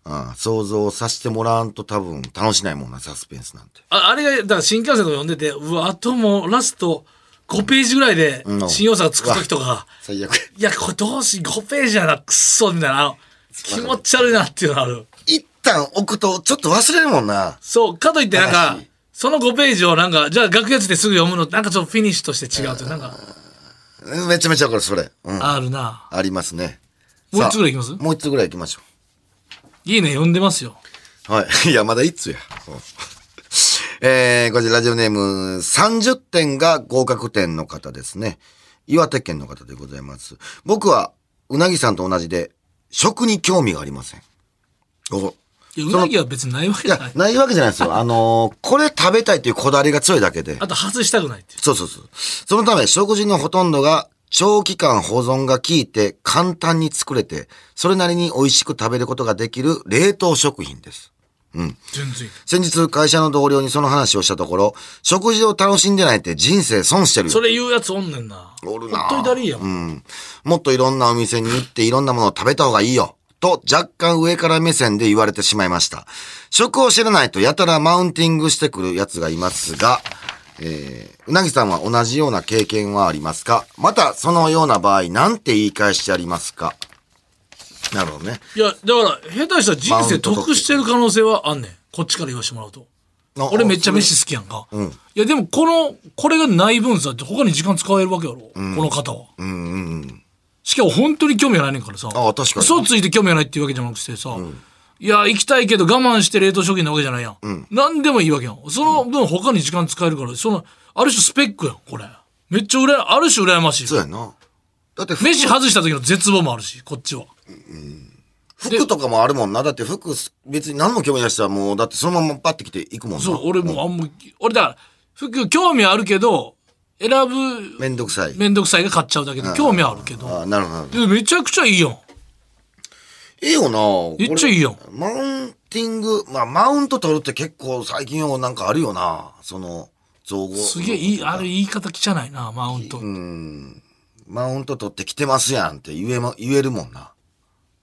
Speaker 3: ああ、想像させてもらわんと多分楽しないもんな、サスペンスなんて。
Speaker 4: ああれが、だから新幹線とか読んでて、うわ、あともうラスト5ページぐらいで
Speaker 3: うん、
Speaker 4: 新大阪着く時とか、
Speaker 3: 最悪。
Speaker 4: いや、これどうし、5ページやな、くっそ、みたいな、あの、気持ち悪いなっていうのある。
Speaker 3: 一旦置くとちょっと忘れるもんな。
Speaker 4: そう、かといってなん
Speaker 3: 正
Speaker 4: か
Speaker 3: しい、
Speaker 4: その5ページをなんか、じゃあ楽屋ついてすぐ読むの、なんかちょっとフィニッシュとして違うという、なんか、
Speaker 3: うんめちゃめちゃわかる、それ。うん。あ
Speaker 4: あるな。
Speaker 3: りますね。
Speaker 4: もう
Speaker 3: さあ
Speaker 4: 一つぐらいいきます
Speaker 3: もう一つぐらい行きましょ
Speaker 4: いいね、読んでますよ。
Speaker 3: う。はい。い や、まだ一つや。そう えー、こちらラジオネーム30点が合格点の方ですね。岩手県の方でございます。僕は、うなぎさんと同じで、食に興味がありません。お
Speaker 4: いや、うなぎは別にないわけ
Speaker 3: い
Speaker 4: じゃ
Speaker 3: や
Speaker 4: ない、。
Speaker 3: ないわけじゃないです よ。あのーこれ食べたいというこだわりが強いだけで。
Speaker 4: あと外したくないっていう。
Speaker 3: そうそうそう。そのため、食事のほとんどが長期間保存が効いて簡単に作れて、それなりに美味しく食べることができる冷凍食品です。
Speaker 4: 全然。
Speaker 3: 先日、会社の同僚にその話をしたところ、食事を楽しんでないって人生損してるよ
Speaker 4: それ言うやつおんねんな。
Speaker 3: おるな
Speaker 4: ほっといたらいいやん。
Speaker 3: うん。もっといろんなお店に行っていろんなものを食べた方がいいよ。と若干上から目線で言われてしまいました。食を知らないとやたらマウンティングしてくるやつがいますが、えー、うなぎさんは同じような経験はありますかまたそのような場合、なんて言い返してありますかなるほどね。
Speaker 4: いや、だから、下手したら人生得してる可能性はあんねん。こっちから言わしてもらうと。
Speaker 3: あ
Speaker 4: 俺めっちゃ。
Speaker 3: あ
Speaker 4: 飯好きやんか。いや、でもこの、これがない分さ、他に時間使えるわけやろ。この方は。
Speaker 3: うんうんうん。
Speaker 4: しかも本当に興味がないねんからさ。
Speaker 3: あ確かに
Speaker 4: 嘘ついて興味がないっていうわけじゃなくてさ。いや、行きたいけど我慢して冷凍食品なわけじゃないやん。何でもいいわけやん。その分他に時間使えるから、その、ある種スペックやん、これ。めっちゃうらや、ある種羨ましい
Speaker 3: そ。うやな。だって服
Speaker 4: 飯外した時の絶望もあるし、こっちは。
Speaker 3: 服とかもあるもんな。だって服別に何も興味ない人はもう、だってそのままパッて来て行くもんな。
Speaker 4: そう、俺もうあんま、俺だから、服興味あるけど、選ぶ
Speaker 3: めんどくさい。
Speaker 4: めんどくさいが買っちゃうだけで、興味はあるけど。
Speaker 3: あなるほど。
Speaker 4: でめちゃくちゃいいやん。
Speaker 3: ええよなこれ
Speaker 4: めっちゃいいやん
Speaker 3: マウンティング、まあ、マウント取るって結構最近よ、なんかあるよな。その、造語。
Speaker 4: すげえいい、あれ言い方汚いな、マウント。
Speaker 3: マウント取ってきてますやんって言えま、言えるもんな。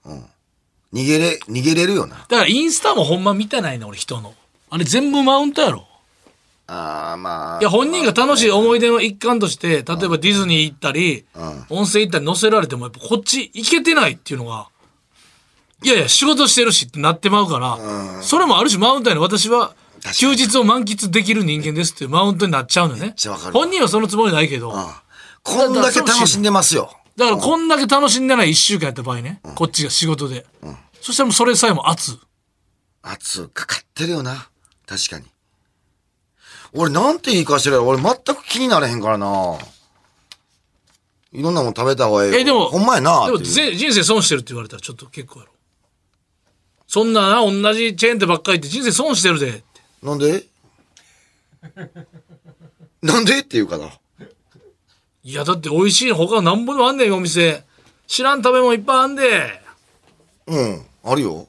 Speaker 3: うん。逃げれ、逃げれるよな。
Speaker 4: だからインスタもほんま見てないね、俺人の。あれ全部マウントやろ。
Speaker 3: ああ、まあ。
Speaker 4: いや、本人が楽しい思い出の一環として、例えばディズニー行ったり、温泉行ったり乗せられても、やっぱこっち行けてないっていうのが、いやいや、仕事してるしってなってまうから、それもある種マウントやね私は、
Speaker 3: 確か
Speaker 4: 休
Speaker 3: に
Speaker 4: 日を満喫できる人間ですっていうマウントになっちゃうのよね
Speaker 3: ちゃわか。る
Speaker 4: 本人はそのつもりないけど、
Speaker 3: こんだけ楽しんでますよ。
Speaker 4: だからこんだけ楽しんでない一週間やった場合ね、こっちが仕事で。そしたらもうそれさえも圧。
Speaker 3: 圧かかってるよな。確かに。俺なんて言い返してるやろ俺全く気になれへんからな。いろんなもん食べた方がええよ。
Speaker 4: え、でも、
Speaker 3: ほんまやな。
Speaker 4: でも
Speaker 3: っていう
Speaker 4: ぜ人生損してるって言われたらちょっと結構やろ。そんなな、同じチェーン店ばっかりって人生損してるでって。
Speaker 3: なんで なんでって言うかな。
Speaker 4: いや、だって美味しいの他なんぼでもあんねん、お店。知らん食べ物いっぱいあんで。
Speaker 3: うん、あるよ。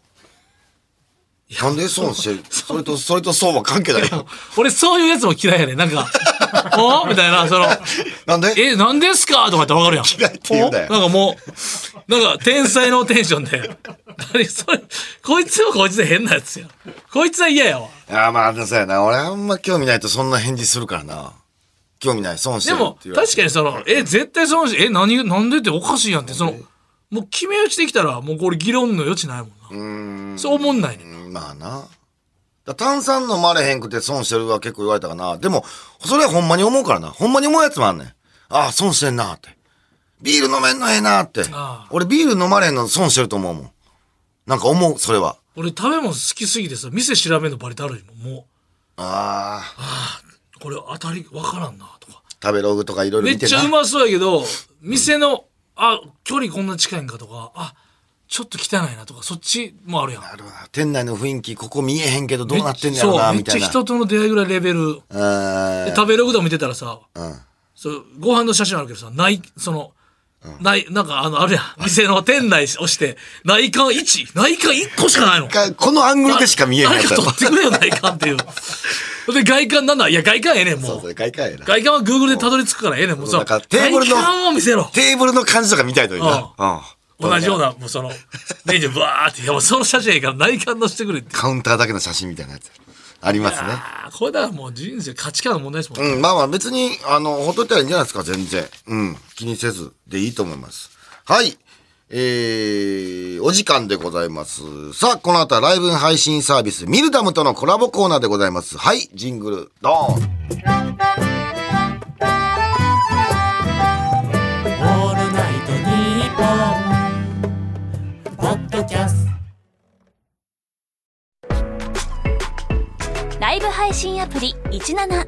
Speaker 3: なんで損してるそれと、それと損は関係ないよ。
Speaker 4: 俺そういうやつも嫌いやねん。なんか、 おみたいな、その、
Speaker 3: なんで
Speaker 4: え、何ですかとかってわかるやん。
Speaker 3: 嫌いって言うんだよ
Speaker 4: おなんかもう、なんか天才のテンションで。何それ、こいつはこいつで変なやつや。こいつは嫌やわ。
Speaker 3: ああ、まあ、でもそうやな。俺あんま興味ないとそんな返事するからな。興味ない、損して
Speaker 4: で
Speaker 3: るって
Speaker 4: も、
Speaker 3: 言われて
Speaker 4: 確かにその、え、絶対損して、え、何、なんでっておかしいやんって、その、もう決め打ちできたら、もうこれ議論の余地ないもんな。そう思んないねん。
Speaker 3: まあな。だ炭酸飲まれへんくて損してるは結構言われたかな。でも、それはほんまに思うからな。ほんまに思うやつもあんねん。ああ、損してんなって。ビール飲めんのええなって
Speaker 4: ああ。
Speaker 3: 俺ビール飲まれへんの損してると思うもん。なんか思う、それは。
Speaker 4: 俺食べ物好きすぎてさ、店調べるのバリたるもんも
Speaker 3: ああ、
Speaker 4: う、これ当たりわからんな、とか。
Speaker 3: 食べログとかいろいろ
Speaker 4: めっ
Speaker 3: 見て
Speaker 4: ち
Speaker 3: な。
Speaker 4: ゃうまそうやけど、店の、あ、距離こんな近いんかとか、あ、ちょっと汚いなとか、そっちもあるやん。
Speaker 3: なるほどな店内の雰囲気、ここ見えへんけどどうなってん
Speaker 4: め
Speaker 3: だ
Speaker 4: ちゃ
Speaker 3: ろうな、
Speaker 4: そう、め
Speaker 3: み
Speaker 4: ったちゃ
Speaker 3: いな。
Speaker 4: 人との出会いぐらいレベル。
Speaker 3: うー
Speaker 4: で
Speaker 3: ん
Speaker 4: 食べログとか見てたらさ、
Speaker 3: ん
Speaker 4: そうご飯の写真あるけどさないその、ないなんかあのあるやん店の店内押して内観1内観1個しかないの
Speaker 3: かこのアングルでしか見えへんや
Speaker 4: 誰
Speaker 3: つ
Speaker 4: か
Speaker 3: やろ
Speaker 4: 取ってくれよ内観っていうで外観なんだいや外観ええねんもう
Speaker 3: そう、それ買い替えな。
Speaker 4: 外観は Google でたどり着くからええねんもう
Speaker 3: そう
Speaker 4: さ
Speaker 3: だからテーブルの
Speaker 4: 外観を見せろ
Speaker 3: テーブルの感じとか見たいといいな。うん
Speaker 4: 同じようなもうそのレンジバーっていやもうその写真ええから内観のしてくれって
Speaker 3: カウンターだけの写真みたいなやつありますね。
Speaker 4: あーこれだからもう人生価値観の問題ですもん、
Speaker 3: うん、まあまあ別に、あの、ほっといたらいいんじゃないですか、全然。うん、気にせずでいいと思います。はい。えー、お時間でございます。さあ、この後はライブ配信サービス、ミルダムとのコラボコーナーでございます。はい、ジングル、ドーン。
Speaker 5: 「オールナイトニッポン」「ポッドキャスト」
Speaker 1: ライブ配信アプリ17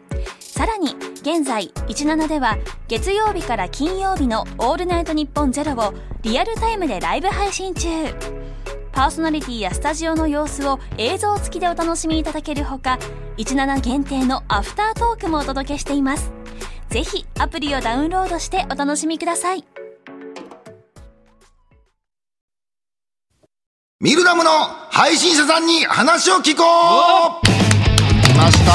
Speaker 1: さらに現在17では月曜日から金曜日の「オールナイトニッポンゼロをリアルタイムでライブ配信中パーソナリティやスタジオの様子を映像付きでお楽しみいただけるほか17限定のアフタートークもお届けしていますぜひアプリをダウンロードしてお楽しみください
Speaker 3: ミルダムの配信者さんに話を聞こう来ました。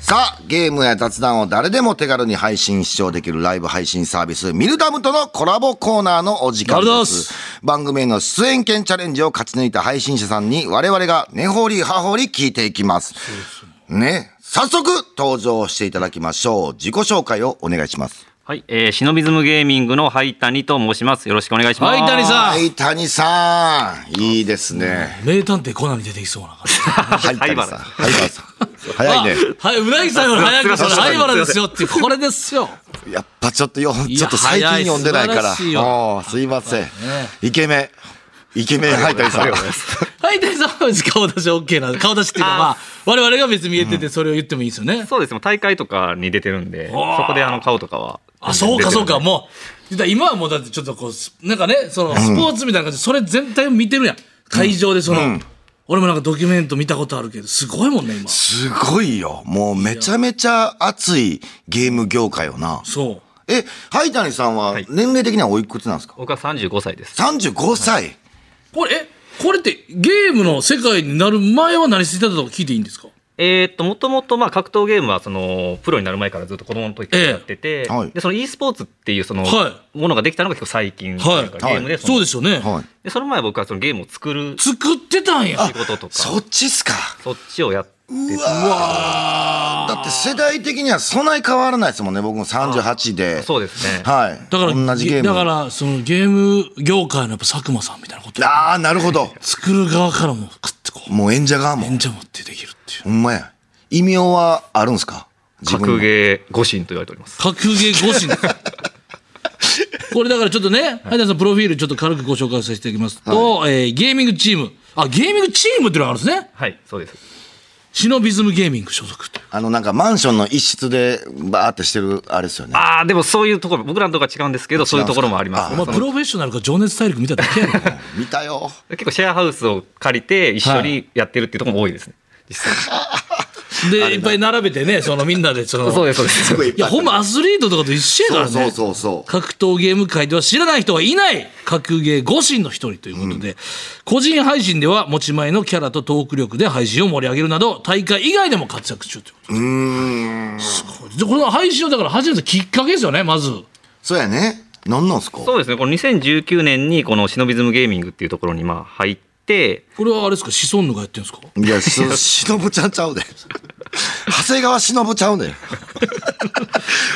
Speaker 3: さあ、ゲームや雑談を誰でも手軽に配信視聴できるライブ配信サービス、ミルダムとのコラボコーナーのお時間
Speaker 4: ありがとうご
Speaker 3: で
Speaker 4: ざいます
Speaker 3: す。番組への出演権チャレンジを勝ち抜いた配信者さんに我々が根掘り葉掘り聞いていきます。ね。早速登場していただきましょう。自己紹介をお願いします。
Speaker 6: はい、えー、シノビズムゲーミングの灰谷と申します。よろしくお願いします。
Speaker 4: 灰谷さん
Speaker 3: はい、谷さん。いいです ね。
Speaker 4: 名探偵コナンに出てきそうな感じ
Speaker 3: はい、
Speaker 6: 灰
Speaker 3: 谷
Speaker 6: 原
Speaker 3: さん。はい、原さん。早 いね。
Speaker 4: あはいうなぎさんより早 くそれ
Speaker 6: すいませ
Speaker 4: 灰
Speaker 6: ん
Speaker 4: 原ですよっていうこれですよ
Speaker 3: やっぱちょっとよ、
Speaker 4: や
Speaker 3: ちょっと最近読んでないから。
Speaker 4: 早い素晴らしい
Speaker 3: あ
Speaker 4: よ
Speaker 3: あすいません。イケメン。イケメンハイタリさんありがとうございます。
Speaker 4: はい、大さんは顔出し OK なんです。顔出しっていうか、
Speaker 6: あー
Speaker 4: まあ、我々が別に見えてて、それを言ってもいいですよね。
Speaker 6: そうですね大会とかに出てるんでそこであの顔とかは
Speaker 4: あ、そうか、
Speaker 6: 出て
Speaker 4: そ
Speaker 6: る
Speaker 4: うん
Speaker 6: で
Speaker 4: か、もう、だから今はもうだってちょっとこうす、なんかね、その、スポーツみたいな感じで、それ全体を見てるやん。会場でその、俺もなんかドキュメント見たことあるけど、すごいもんね、今。
Speaker 3: すごいよ。もうめちゃめちゃ熱いゲーム業界よな。
Speaker 4: そう。
Speaker 3: え、灰谷さんは
Speaker 6: はい
Speaker 3: 年齢的にはおいくつなんですか、
Speaker 6: 僕は35歳です
Speaker 3: 三十 ?35 歳、
Speaker 4: これ、え、これってゲームの世界になる前は何してたとか聞いていいんですか
Speaker 6: えーっともともとまあ格闘ゲームはそのプロになる前からずっと子供の時からやってて、
Speaker 3: えはい
Speaker 6: でその e スポーツっていうその
Speaker 4: は
Speaker 6: ものができたのが結構最近というか、
Speaker 3: はい
Speaker 6: ゲームでその,、
Speaker 4: そうですよね。
Speaker 3: はい。
Speaker 6: でその前は僕はそのゲームを作る
Speaker 4: 作ってたんや。
Speaker 6: 仕事とか
Speaker 3: そっちっすか。
Speaker 6: そっちをやって
Speaker 3: だって世代的にはそんなに変わらないですもんね。僕も38で。
Speaker 6: そうですね
Speaker 3: はい。
Speaker 4: だから、
Speaker 3: 同じゲーム。
Speaker 4: だから、そのゲーム業界のやっぱ佐久間さんみたいなこと。
Speaker 3: ああ、なるほど。
Speaker 4: 作る側からも食ってこう、
Speaker 3: もう演者側も。
Speaker 4: 演者持ってできるっていう。
Speaker 3: ほんまや。異名はあるんですか
Speaker 6: 格ゲー誤信と言われております
Speaker 4: 格ゲー護身これだからちょっとね、はい、さんプロフィールちょっと軽くご紹介させていただきますと、えーゲーミングチーム。あ、ゲーミングチームっていうのがあるんですね。
Speaker 6: はいそうです
Speaker 4: シノビズムゲーミング所属という。
Speaker 3: あの、なんかマンションの一室でバーってしてるあれですよね。
Speaker 6: ああでもそういうところ僕らのところは違うんですけどそういうところもあります
Speaker 4: お前プロフェッショナルか情熱大陸見ただけやろ。
Speaker 3: 見たよ。
Speaker 6: 結構シェアハウスを借りて一緒にやってるっていうところも多いですね、実際
Speaker 4: で、いっぱい並べてね、そのみんなで、その。
Speaker 6: そうですそうです
Speaker 3: ごい
Speaker 4: いや、ほんまアスリートとかと一緒やからね。
Speaker 3: そうそうそうそう
Speaker 4: 格闘ゲーム界では知らない人はいない格ゲー5神の一人ということで、個人配信では持ち前のキャラとトーク力で配信を盛り上げるなど、大会以外でも活躍中ということです。すごい。で、この配信をだから始めたきっかけですよね、まず。
Speaker 3: そうやね。なんなんすか
Speaker 6: そうですねこの2019年にこのシノビズムゲーミングっていうところにまあ入って
Speaker 4: これはあれですか、シソンヌがやってるんですか
Speaker 3: いや、し、しのぶちゃんちゃう で。長谷川しのぶちゃうで。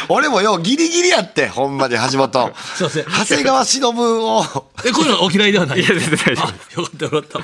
Speaker 3: 俺もよ、ギリギリやって、ほんまに橋本。
Speaker 4: すいません。
Speaker 3: 長谷川しのぶを、
Speaker 4: え、こういうのお嫌いではない
Speaker 6: いや全然大丈夫です
Speaker 4: あよかったよかった。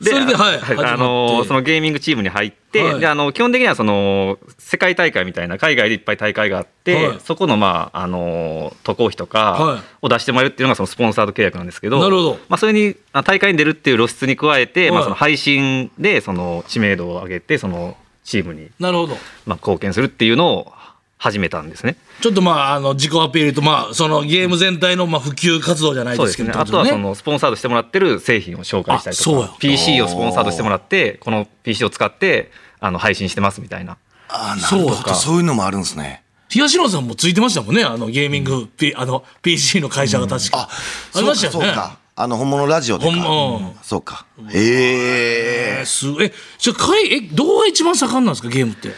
Speaker 4: それで、はい。始まって
Speaker 6: あのそのゲーミングチームに入って、
Speaker 4: はい
Speaker 6: であの基本的にはその世界大会みたいな海外でいっぱい大会があって、
Speaker 4: はい
Speaker 6: そこのまああの渡航費と
Speaker 4: はい
Speaker 6: かを出してもらえるっていうのがそのスポンサード契約なんですけど
Speaker 4: なるほど
Speaker 6: まあ、それにあ大会に出るっていう露出に加えて、ま
Speaker 4: は
Speaker 6: あ、
Speaker 4: い
Speaker 6: その配信でその知名度を上げてそのチームに
Speaker 4: なるほど。
Speaker 6: まあ貢献するっていうのを始めたんですね。
Speaker 4: ちょっとまあ、あの、自己アピールと、まあ、そのゲーム全体の、まあ、普及活動じゃない
Speaker 6: そう
Speaker 4: で
Speaker 6: です
Speaker 4: け
Speaker 6: す
Speaker 4: ど、
Speaker 6: ね。あとは
Speaker 4: ってこと
Speaker 6: そ
Speaker 4: ね
Speaker 6: のスポンサードしてもらってる製品を紹介したり
Speaker 4: あそう
Speaker 6: と
Speaker 4: や
Speaker 6: か、PC をスポンサードしてもらって、この PC を使ってあの配信してますみたいな。
Speaker 3: あー
Speaker 4: そう
Speaker 3: なるほど。そういうのもあるんですね。
Speaker 4: 東野さんもついてましたもんね、あの、ゲーミング、P あの、PC の会社が確か。ありましたよ
Speaker 3: そ
Speaker 4: ね。
Speaker 3: うかそうか。あの、本物ラジオでか。
Speaker 4: 本物
Speaker 3: そうか。ええ
Speaker 4: えーすえ、じゃあ、かい、え、どうが一番盛んなんですか、ゲームって。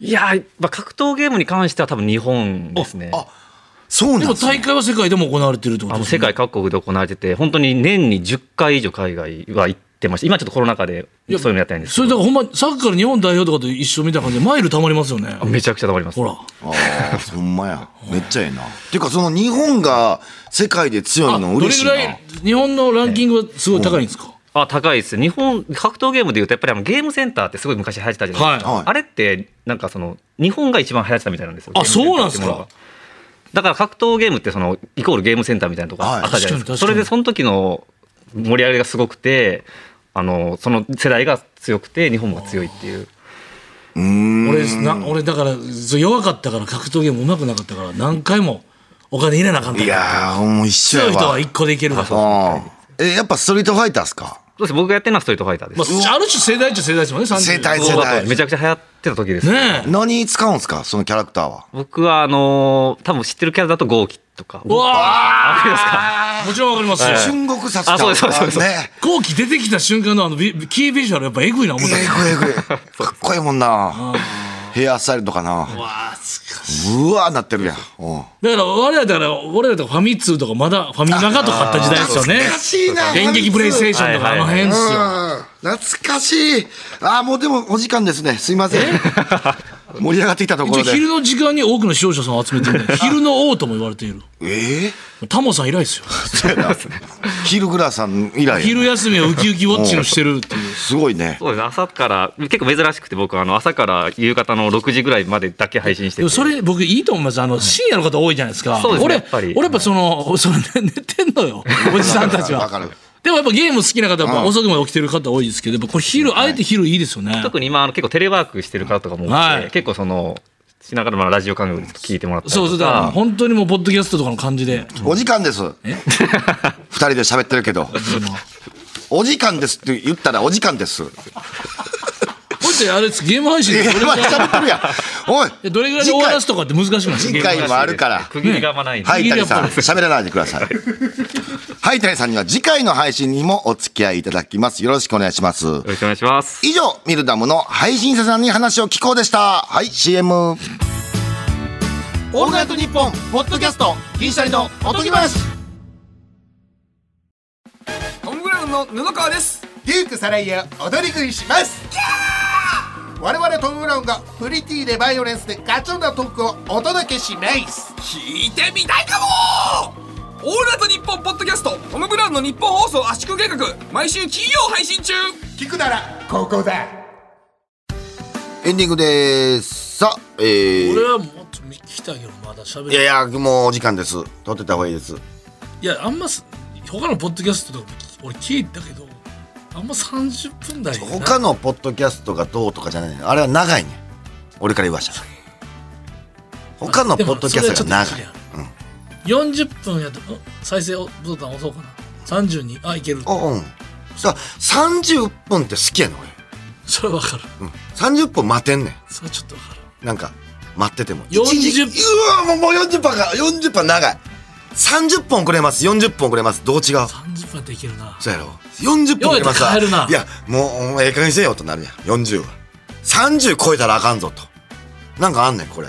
Speaker 6: いやー、まあ、格闘ゲームに関しては多分日本ですね。
Speaker 3: あそうなん
Speaker 4: でも
Speaker 3: ですね
Speaker 4: 大会は世界でも行われてるってこ
Speaker 6: あ
Speaker 4: と
Speaker 6: の
Speaker 4: です
Speaker 6: 世
Speaker 4: ね。
Speaker 6: 界各国で行われてて、本当に年に10回以上海外は行ってました。今ちょっとコロナ禍でそういうのやってないんです
Speaker 4: そ
Speaker 6: け
Speaker 4: れ
Speaker 6: ど。
Speaker 4: だからほんま、サッカーの日本代表とかと一緒みたいな感じで、マイル溜まりますよね。
Speaker 6: めちゃくちゃ溜まります。
Speaker 4: ほら。
Speaker 3: あーほんまや。めっちゃええな。ていうか、その日本が世界で強いの
Speaker 4: ど
Speaker 3: 嬉
Speaker 4: れ
Speaker 3: し
Speaker 4: ぐ
Speaker 3: いな。
Speaker 4: らい、日本のランキングはすごい高いんですか、
Speaker 6: あ、高いです。日本、格闘ゲームでいうと、やっぱりあのゲームセンターってすごい昔流行ってたじゃないですか。
Speaker 3: はいはい
Speaker 6: あれって、なんかその、日本が一番流行ってたみたいなんですよ。
Speaker 4: あ
Speaker 6: ゲー
Speaker 4: そ
Speaker 6: ムセンター
Speaker 4: うなんですか
Speaker 6: っていうものが。だから格闘ゲームってその、イコールゲームセンターみたいなとこあったじゃないですか。
Speaker 4: はい確かに確かに
Speaker 6: それでその時の盛り上がりがすごくて、あの、その世代が強くて、日本が強いっていう。
Speaker 4: 俺な俺だからそう弱かったから格闘ゲームうまくなかったから何回もお金入れなあかん
Speaker 3: いやー、もう一緒や
Speaker 4: 強
Speaker 3: わ。
Speaker 4: い人は一個でいけるからま
Speaker 3: うんえ、やっぱストリートファイターっすか
Speaker 6: そうです僕がやってるのはストリートファイターです。
Speaker 4: あ、ある種世代っちゃ世代ですもんね30
Speaker 3: 世代
Speaker 6: 動画
Speaker 3: 世代
Speaker 6: とめちゃくちゃ流行ってた時です。
Speaker 4: ねえ
Speaker 3: 何使うんすかそのキャラクターは。
Speaker 6: 僕はあのー多分知ってるキャラだとゴーキとか。
Speaker 4: うわ
Speaker 6: わかりますか
Speaker 4: あもちろんわかりますよ、
Speaker 3: 春国殺
Speaker 6: あそうですそうですそうです
Speaker 3: ね。
Speaker 4: 後期出てきた瞬間のあのビキービジュアルやっぱエグいな思
Speaker 3: え
Speaker 4: った
Speaker 3: ぐいえぐい。かっこいいもんな。ヘアスタイルとかな。
Speaker 4: うわあすごいう
Speaker 3: わーなってるやん。うん
Speaker 4: だから我々だから俺らとかファミ通とかまだファミマガとかあった時代ですよね
Speaker 3: 懐かしいな。
Speaker 4: 電撃プレイステーションとかあの辺っすよ、
Speaker 3: うん懐かしい。あーもうでもお時間ですね。すいません。 盛り上がってきたところ
Speaker 4: 一応
Speaker 3: で。
Speaker 4: 昼の時間に多くの視聴者さんを集めてるんで昼の王とも言われている
Speaker 3: ええ
Speaker 4: タモさん以来ですよ
Speaker 3: ヒルグラさん以来。
Speaker 4: 昼休みはウキウキウォッチのしてるっていう。
Speaker 3: すごいね。
Speaker 6: そうですね朝から結構珍しくて僕あの朝から夕方の6時ぐらいまでだけ配信して
Speaker 4: でも
Speaker 6: て
Speaker 4: それ僕いいと思います。あの、深夜の方多いじゃないですか。
Speaker 6: そうですね
Speaker 4: 俺
Speaker 6: やっぱり
Speaker 4: 俺やっぱその、それ寝てんのよ。おじさんたち
Speaker 3: わ
Speaker 4: は。
Speaker 3: かる。
Speaker 4: でもやっぱゲーム好きな方はやっぱ遅くまで起きてる方多いですけど、やっぱこれ昼、あえて昼いいですよね。
Speaker 6: 特に今あの結構テレワークしてる方とかも多くて、
Speaker 4: はい
Speaker 6: 結構そのしながらまあラジオ感覚でちょっと聞いてもらったり
Speaker 4: そうそう、
Speaker 6: と
Speaker 4: だから
Speaker 6: か
Speaker 4: 本当にもうポッドキャストとかの感じで。
Speaker 7: お時間 です。二人で喋ってるけど。お時間ですって言ったらお時間です。い
Speaker 4: こうやってあれです、ゲーム配信で
Speaker 7: や、
Speaker 4: どれぐらい
Speaker 7: 喋ってるやん。おい
Speaker 4: いやどれぐらいで終わらすとかって難しくないです
Speaker 7: 次
Speaker 4: か
Speaker 7: 回もあるから
Speaker 6: 区切りがあんまないんで、
Speaker 7: はい、
Speaker 4: いいね
Speaker 7: 谷さん、
Speaker 4: やっぱり
Speaker 7: 喋らないでください。はい、谷さんには次回の配信にもお付き合いいただきます。よろしくお願いします。
Speaker 6: よろしくお願いします
Speaker 7: 以上、ミルダムの配信者さんに話を聞こうでした。はい、CM。
Speaker 2: オールナイトニッポンポッドキャスト銀シャリのおとぎ話
Speaker 8: トム・ブラウンの布川です
Speaker 2: デュークサライヤ踊り食いします我々トム・ブラウンがプリティでバイオレンスでガチョンなトークをお届けします
Speaker 8: 聞いてみたいかもオールナイトニッポンポッドキャストトム・ブラウンの日本放送圧縮計画毎週金曜配信中
Speaker 2: 聞くならここだ
Speaker 3: エンディングです。さあ、えー
Speaker 4: 俺はもっと聞きたいけど、まだ喋
Speaker 3: い
Speaker 4: れない。
Speaker 3: やいや、もうお時間です。撮ってた方がいいです。
Speaker 4: いや、あんます、他のポッドキャストとかも聞俺聞いたけど、あんま30分台やな
Speaker 3: 他のポッドキャストがどうとかじゃないねあれは長いねん俺から言わしたら他のポッドキャストが長い
Speaker 4: 40分やとうん再生ボタン押そうかな32あいける
Speaker 3: あうんさ30分って好きやねん
Speaker 4: それは分かる
Speaker 3: 俺、うん、30分待てんね
Speaker 4: それはちょっと分かる
Speaker 3: んなんか待ってても
Speaker 4: 40
Speaker 3: 一時うわもうもう40分か40分長い30分遅れます40分遅れますどう違う
Speaker 4: 30分やっていけるな
Speaker 3: そうやろ40分遅れます
Speaker 4: ようやく帰るない
Speaker 3: やもうええ加減にせよとなるやん40は30超えたらあかんぞとなんかあんねんこれ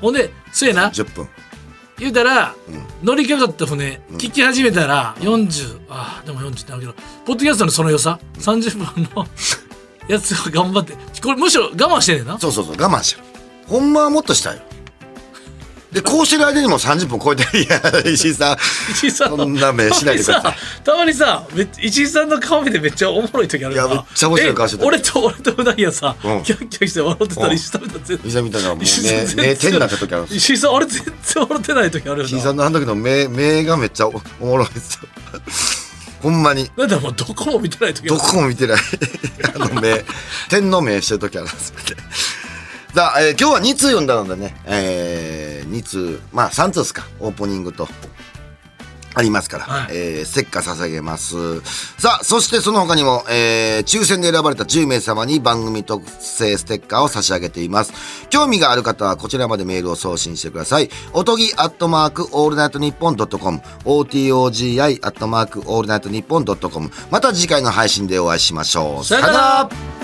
Speaker 4: ほんでそうやな
Speaker 3: 10分
Speaker 4: 言うたら、
Speaker 3: ん
Speaker 4: 乗りかかった船聞き始めたら40、あーでも40ってなるけどポッドキャストのその良さ30分の やつを頑張ってこれむしろ我慢してんねんな
Speaker 3: そうそうそう我慢してるほんまはもっとしたいよでこうしてる間にも30分超えていや石井さん
Speaker 4: 石井さんの
Speaker 3: そんな目しないでくだ さい
Speaker 4: たまにさたまにさめっちゃ石井さんの顔見てめっちゃおもろい時あるよない
Speaker 3: やめっちゃ面白い顔してた
Speaker 4: え俺と俺とうなぎがさ、
Speaker 3: うん
Speaker 4: キャッキャして笑ってた
Speaker 3: う
Speaker 4: ら
Speaker 3: ん
Speaker 4: 石井さんみたいな全
Speaker 3: 石井さんみたいなもう目
Speaker 4: 石井さん全然
Speaker 3: 目手になった時あるんですよ
Speaker 4: 石井さん俺全然笑ってない時あるよ
Speaker 3: 石井さ
Speaker 4: なん
Speaker 3: のあの時の目目がめっちゃおおもろいですよほんまに
Speaker 4: なんだもうどこも見てない時あ
Speaker 3: ど
Speaker 4: る
Speaker 3: こも見てないあの目天の目してる時あるんですよね さあ、えー今日は2通読んだのでね、えー、2通まあ3通ですかオープニングとありますから、
Speaker 4: はい
Speaker 3: えー、せっか捧げますさあそしてその他にも、えー、抽選で選ばれた10名様に番組特製ステッカーを差し上げています興味がある方はこちらまでメールを送信してくださいおとぎアットマークオールナイトニッポンドットコム OTOGI アットマークオールナイトニッポンドットコムまた次回の配信でお会いしましょう
Speaker 4: さよなら